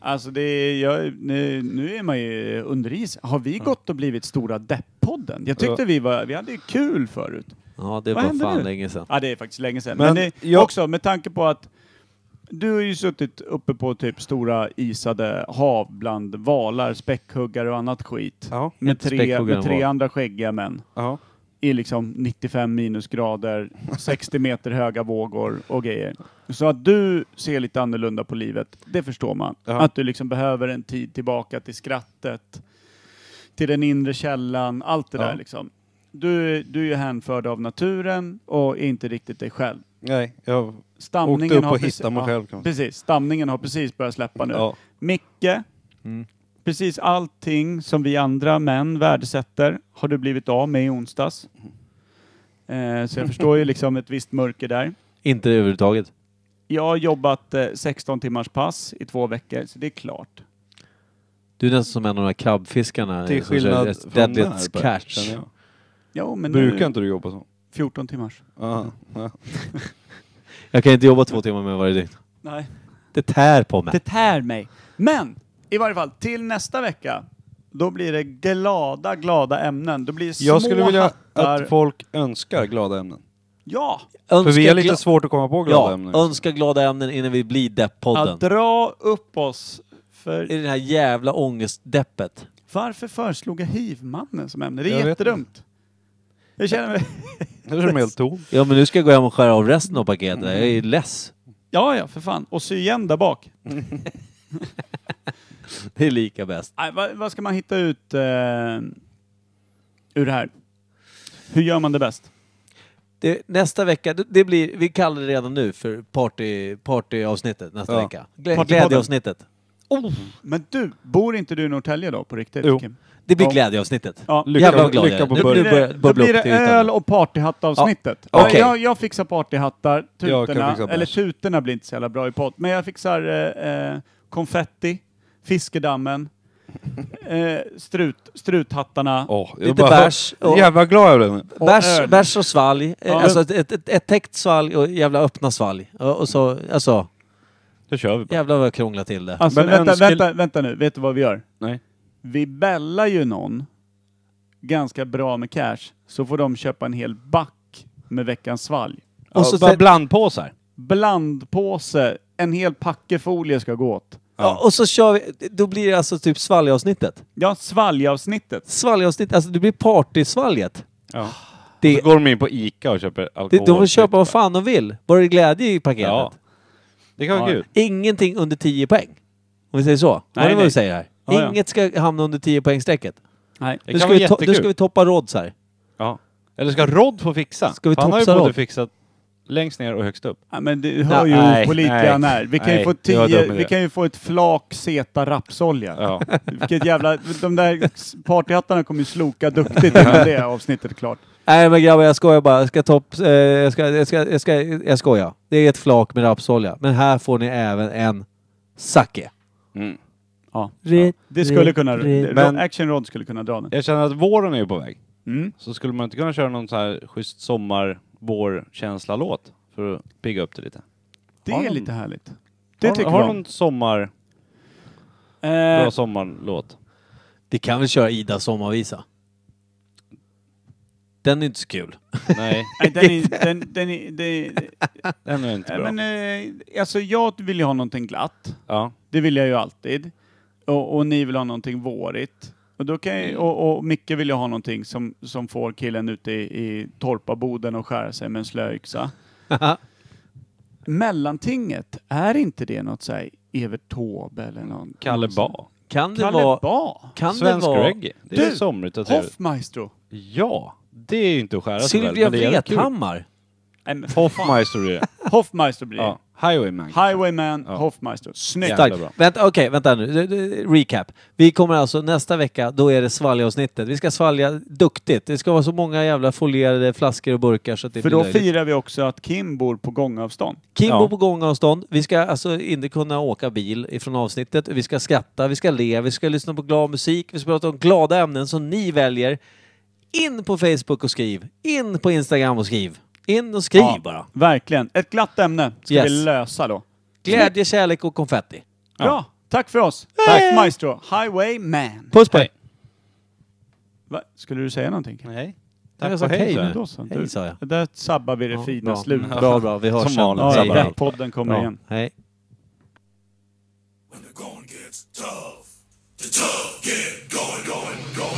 [SPEAKER 3] Alltså det är, jag, nu, nu är man ju under is. Har vi gått och blivit Stora Depp-podden? Jag tyckte
[SPEAKER 1] Ja.
[SPEAKER 3] vi var, vi hade ju kul förut.
[SPEAKER 2] Ja, det
[SPEAKER 3] Vad
[SPEAKER 2] var
[SPEAKER 3] hände
[SPEAKER 2] fan
[SPEAKER 3] nu?
[SPEAKER 2] länge sedan.
[SPEAKER 3] Ja, det är faktiskt länge sedan. Men,
[SPEAKER 1] Men
[SPEAKER 3] det,
[SPEAKER 1] jag-
[SPEAKER 3] också med tanke på att du har ju suttit uppe på typ stora isade hav bland valar, späckhuggare och annat skit.
[SPEAKER 1] Ja.
[SPEAKER 3] Med
[SPEAKER 2] Inte
[SPEAKER 3] tre,
[SPEAKER 2] späckhuggare
[SPEAKER 3] med tre
[SPEAKER 2] än val.
[SPEAKER 3] andra skäggiga män.
[SPEAKER 1] Ja.
[SPEAKER 3] i liksom 95 minusgrader, 60 meter höga vågor och grejer. Så att du ser lite annorlunda på livet, det förstår man.
[SPEAKER 1] Ja.
[SPEAKER 3] Att du liksom behöver en tid tillbaka till skrattet, till den inre källan, allt det
[SPEAKER 1] Ja.
[SPEAKER 3] där liksom. Du, du är ju hänförd av naturen och är inte riktigt dig själv.
[SPEAKER 1] Nej, jag
[SPEAKER 3] Stamningen
[SPEAKER 1] åkte upp
[SPEAKER 3] har
[SPEAKER 1] och
[SPEAKER 3] precis-
[SPEAKER 1] hittade mig
[SPEAKER 3] ja,
[SPEAKER 1] själv. kan man säga.
[SPEAKER 3] Precis, stamningen har precis börjat släppa nu.
[SPEAKER 1] Ja.
[SPEAKER 3] Micke,
[SPEAKER 2] Mm.
[SPEAKER 3] precis allting som vi andra män värdesätter har du blivit av med i onsdags. Eh, så jag förstår ju liksom ett visst mörker där.
[SPEAKER 2] Inte överhuvudtaget.
[SPEAKER 3] Jag har jobbat eh, 16 timmars pass i två veckor, så det är klart.
[SPEAKER 2] Du är nästan som en av de här krabbfiskarna.
[SPEAKER 1] Till
[SPEAKER 2] eh, som kör
[SPEAKER 1] skillnad
[SPEAKER 2] ett
[SPEAKER 1] från
[SPEAKER 2] Deadliest
[SPEAKER 1] Per,
[SPEAKER 2] catch.
[SPEAKER 1] känner jag.
[SPEAKER 3] Jo, men
[SPEAKER 1] Brukar
[SPEAKER 3] nu,
[SPEAKER 1] inte du jobba så?
[SPEAKER 3] 14 timmars.
[SPEAKER 1] Ja. ja.
[SPEAKER 2] Jag kan inte jobba två timmar med varje dygn.
[SPEAKER 3] Nej.
[SPEAKER 2] Det tär på mig.
[SPEAKER 3] Det tär mig. Men i varje fall, till nästa vecka, då blir det glada, glada ämnen. Då blir det små
[SPEAKER 1] Jag skulle vilja
[SPEAKER 3] hattar.
[SPEAKER 1] att folk önskar glada ämnen.
[SPEAKER 3] Ja!
[SPEAKER 1] För vi har lite
[SPEAKER 2] gla-
[SPEAKER 1] svårt att komma på glada
[SPEAKER 2] ja,
[SPEAKER 1] ämnen.
[SPEAKER 2] önska glada ämnen innan vi blir
[SPEAKER 3] Att
[SPEAKER 2] depp-podden.
[SPEAKER 3] dra upp oss för
[SPEAKER 2] I det här jävla ångestdeppet.
[SPEAKER 3] Varför föreslog jag hivmannen som ämne? Det
[SPEAKER 1] Jag
[SPEAKER 3] är
[SPEAKER 1] vet
[SPEAKER 3] jättedumt. Jag känner mig...
[SPEAKER 1] Eller är de helt tom.
[SPEAKER 2] Ja, men nu ska jag gå hem och skära av resten av paketet. Jag är less.
[SPEAKER 3] Ja, ja, för fan. Och sy igen där bak.
[SPEAKER 2] Det är lika bäst.
[SPEAKER 3] Nej, vad, vad ska man hitta ut eh, ur det här? Hur gör man det bäst?
[SPEAKER 2] Det, nästa vecka, det, det blir, vi kallar det redan nu för party, partyavsnittet nästa
[SPEAKER 1] Ja.
[SPEAKER 2] vecka. Glä,
[SPEAKER 3] Partypodden.
[SPEAKER 2] glädjeavsnittet.
[SPEAKER 3] Men du, bor inte du i Norrtälje då på riktigt?
[SPEAKER 1] Oh. Jo.
[SPEAKER 3] Kim?
[SPEAKER 2] Det blir
[SPEAKER 3] Ja.
[SPEAKER 2] glädjeavsnittet.
[SPEAKER 3] Ja.
[SPEAKER 1] Lycka-
[SPEAKER 2] Jävlar vad glad
[SPEAKER 1] lycka
[SPEAKER 2] jag är.
[SPEAKER 1] på
[SPEAKER 2] Nu,
[SPEAKER 1] början.
[SPEAKER 2] nu börjar
[SPEAKER 3] Då
[SPEAKER 2] bubbla
[SPEAKER 3] blir
[SPEAKER 2] upp
[SPEAKER 3] det
[SPEAKER 2] till ytan.
[SPEAKER 3] öl och partyhattavsnittet.
[SPEAKER 2] Ja, okej.
[SPEAKER 3] Jag, jag fixar partyhattar,
[SPEAKER 1] Jag kan
[SPEAKER 3] tutorna,
[SPEAKER 1] fixa bärs.
[SPEAKER 3] eller tutorna blir inte så jävla bra i podd, men jag fixar eh, eh, konfetti, fiskedammen, eh, strut, struthattarna.
[SPEAKER 1] Åh, jag
[SPEAKER 2] Lite
[SPEAKER 1] bara-
[SPEAKER 2] bärs och-
[SPEAKER 1] Jävlar glad jag blev nu.
[SPEAKER 3] och
[SPEAKER 2] Bärs,
[SPEAKER 3] öl.
[SPEAKER 2] bärs och svalg. Eh,
[SPEAKER 3] Ja.
[SPEAKER 2] Alltså ett, ett, ett, ett täckt svalg och jävla öppna svalg. Och, och så, alltså,
[SPEAKER 1] Då kör vi bara.
[SPEAKER 2] jävlar vad jag krånglar till det.
[SPEAKER 3] Alltså
[SPEAKER 1] Men
[SPEAKER 3] vänta,
[SPEAKER 1] önskel-
[SPEAKER 3] vänta, vänta nu, vet du vad vi gör?
[SPEAKER 1] Nej.
[SPEAKER 3] Vi bällar ju någon ganska bra med cash, så får de köpa en hel back med veckans svalg.
[SPEAKER 1] Ja,
[SPEAKER 2] så
[SPEAKER 1] bara
[SPEAKER 2] sen-
[SPEAKER 1] blandpåsar.
[SPEAKER 3] Blandpåse, en hel packe folie ska gå åt.
[SPEAKER 2] Ja, och så kör vi, då blir det alltså typ svalgavsnittet.
[SPEAKER 3] Ja, svalgavsnittet.
[SPEAKER 2] Svalgavsnittet, alltså det blir partysvalget.
[SPEAKER 1] Ja.
[SPEAKER 2] Det,
[SPEAKER 1] Så går de in på Ica och köper
[SPEAKER 2] det,
[SPEAKER 1] alkohol.
[SPEAKER 2] de får köpa vad fan de vill. Bara det är glädje i paketet.
[SPEAKER 1] Ja. Det kan vara
[SPEAKER 3] Ja.
[SPEAKER 1] kul.
[SPEAKER 2] ingenting under 10 poäng. Om vi säger så. Nej,
[SPEAKER 3] Nej,
[SPEAKER 2] det är vad
[SPEAKER 3] nej.
[SPEAKER 2] vi säger här.
[SPEAKER 3] Ja, ja.
[SPEAKER 2] Inget ska hamna under 10 poängstrecket.
[SPEAKER 3] Nej.
[SPEAKER 1] Det
[SPEAKER 2] Nu
[SPEAKER 1] kan
[SPEAKER 2] ska,
[SPEAKER 1] vara
[SPEAKER 2] vi to- nu
[SPEAKER 1] jättekul.
[SPEAKER 2] ska vi toppa rods här.
[SPEAKER 1] Ja. Eller ska Rod få fixa?
[SPEAKER 2] Ska vi
[SPEAKER 1] Han har ju
[SPEAKER 2] topsa
[SPEAKER 1] både
[SPEAKER 2] Rod?
[SPEAKER 1] fixat längst ner och högst upp.
[SPEAKER 3] Ja, men du hör ju
[SPEAKER 6] Nej,
[SPEAKER 3] på lika
[SPEAKER 6] nej,
[SPEAKER 3] när. Vi kan, ju
[SPEAKER 6] nej,
[SPEAKER 3] få
[SPEAKER 6] det var
[SPEAKER 3] tio,
[SPEAKER 6] dum
[SPEAKER 3] vi
[SPEAKER 6] idé.
[SPEAKER 3] kan ju få ett flak seta rapsolja.
[SPEAKER 1] Ja.
[SPEAKER 3] Vilket jävla... De där s- partyhattarna kommer ju sloka duktigt innan det avsnittet är klart.
[SPEAKER 2] Nej men grabbar jag skojar bara. Jag ska topp... Eh, jag, ska, jag, ska, jag, ska, jag skojar. Det är ett flak med rapsolja. Men här får ni även en sake.
[SPEAKER 1] Mm.
[SPEAKER 3] Ja. Det skulle kunna...
[SPEAKER 1] Men-
[SPEAKER 3] Men... Action Rod skulle kunna dra den.
[SPEAKER 1] Jag känner att våren är ju på väg.
[SPEAKER 3] Mm.
[SPEAKER 1] Så skulle man inte kunna köra någon så här schysst sommar vår känsla låt för att pigga upp det lite?
[SPEAKER 3] Det
[SPEAKER 1] Har
[SPEAKER 3] är
[SPEAKER 1] någon-
[SPEAKER 3] lite härligt. Det
[SPEAKER 1] har
[SPEAKER 3] tycker
[SPEAKER 1] har
[SPEAKER 3] jag.
[SPEAKER 1] någon sommar, bra
[SPEAKER 3] Eh,
[SPEAKER 1] sommarlåt?
[SPEAKER 2] Det kan vi köra Ida sommarvisa. Den är inte så kul.
[SPEAKER 1] Nej,
[SPEAKER 3] nej, den är... Den, den är, den är
[SPEAKER 1] den är inte
[SPEAKER 3] eh,
[SPEAKER 1] bra.
[SPEAKER 3] men, eh, alltså jag vill ju ha någonting glatt.
[SPEAKER 1] Ja.
[SPEAKER 3] Det vill jag ju alltid. Och, och ni vill ha någonting vårigt. Och, då kan jag, och, och Micke vill ju ha någonting som, som får killen ute i, i torpaboden och skära sig med en slöyxa. Mellantinget, är inte det något såhär Evert Taube eller någon?
[SPEAKER 1] Kalle
[SPEAKER 3] någon sån-
[SPEAKER 1] Ba.
[SPEAKER 2] Kan det
[SPEAKER 3] Kalle
[SPEAKER 2] vara...
[SPEAKER 3] Ba?
[SPEAKER 2] Kan
[SPEAKER 1] Svensk
[SPEAKER 2] det vara...
[SPEAKER 1] reggae. Det är
[SPEAKER 3] Du,
[SPEAKER 1] somrigt och trevligt.
[SPEAKER 3] Hoffmaestro?
[SPEAKER 1] Ja, det är ju inte att skära sig väl,
[SPEAKER 2] Sylvia
[SPEAKER 1] men det är jävligt kul.
[SPEAKER 2] Vrethammar.
[SPEAKER 3] Nej, men
[SPEAKER 1] Hoffmeister är det.
[SPEAKER 3] Hoffmaestro blir det.
[SPEAKER 1] Ja. Highwayman.
[SPEAKER 3] Highwayman,
[SPEAKER 1] Ja.
[SPEAKER 3] Hoffmaestro. Snyggt!
[SPEAKER 1] Jävla
[SPEAKER 2] Starkt.
[SPEAKER 1] bra.
[SPEAKER 2] Vänta, okej, vänta nu. Du- du- Recap. Vi kommer alltså nästa vecka, då är det svalgavsnittet. Vi ska svalga duktigt. Det ska vara så många jävla folierade flaskor och burkar så att det
[SPEAKER 3] För
[SPEAKER 2] blir
[SPEAKER 3] då
[SPEAKER 2] löjligt.
[SPEAKER 3] firar vi också att Kim bor på gångavstånd.
[SPEAKER 2] Kim
[SPEAKER 1] Ja.
[SPEAKER 2] bor på gångavstånd. Vi ska alltså inte kunna åka bil ifrån avsnittet. Vi ska skratta, vi ska le, vi ska lyssna på glad musik, vi ska prata om glada ämnen som ni väljer. In på Facebook och skriv. In på Instagram och skriv. In och skriv
[SPEAKER 3] Ja.
[SPEAKER 2] bara.
[SPEAKER 3] Verkligen. Ett glatt ämne ska
[SPEAKER 2] Yes.
[SPEAKER 3] vi lösa då.
[SPEAKER 2] Glädje, kärlek och konfetti.
[SPEAKER 3] Bra, tack för oss. Tack Maestro. Highwayman.
[SPEAKER 2] Puss på er!
[SPEAKER 3] Va? Skulle du säga någonting? Alltså,
[SPEAKER 1] Nej.
[SPEAKER 2] Jag
[SPEAKER 1] Tack
[SPEAKER 2] har
[SPEAKER 1] och
[SPEAKER 2] sagt
[SPEAKER 1] hej
[SPEAKER 2] hej
[SPEAKER 1] så
[SPEAKER 2] nu.
[SPEAKER 1] här.
[SPEAKER 3] Då så.
[SPEAKER 2] Hej, sa jag.
[SPEAKER 3] Du, där sabbar vi det
[SPEAKER 2] Ja,
[SPEAKER 3] fina
[SPEAKER 2] bra.
[SPEAKER 3] slutet.
[SPEAKER 2] Bra, bra. Vi hörs
[SPEAKER 1] Mm, Som
[SPEAKER 2] sen.
[SPEAKER 1] vanligt.
[SPEAKER 2] Ja,
[SPEAKER 3] Ja,
[SPEAKER 1] sabbar
[SPEAKER 2] hej.
[SPEAKER 1] allt.
[SPEAKER 3] Rätt-podden kommer
[SPEAKER 2] Bra.
[SPEAKER 3] igen.
[SPEAKER 2] Hej.
[SPEAKER 7] When the going gets tough, the tough get going, going, going.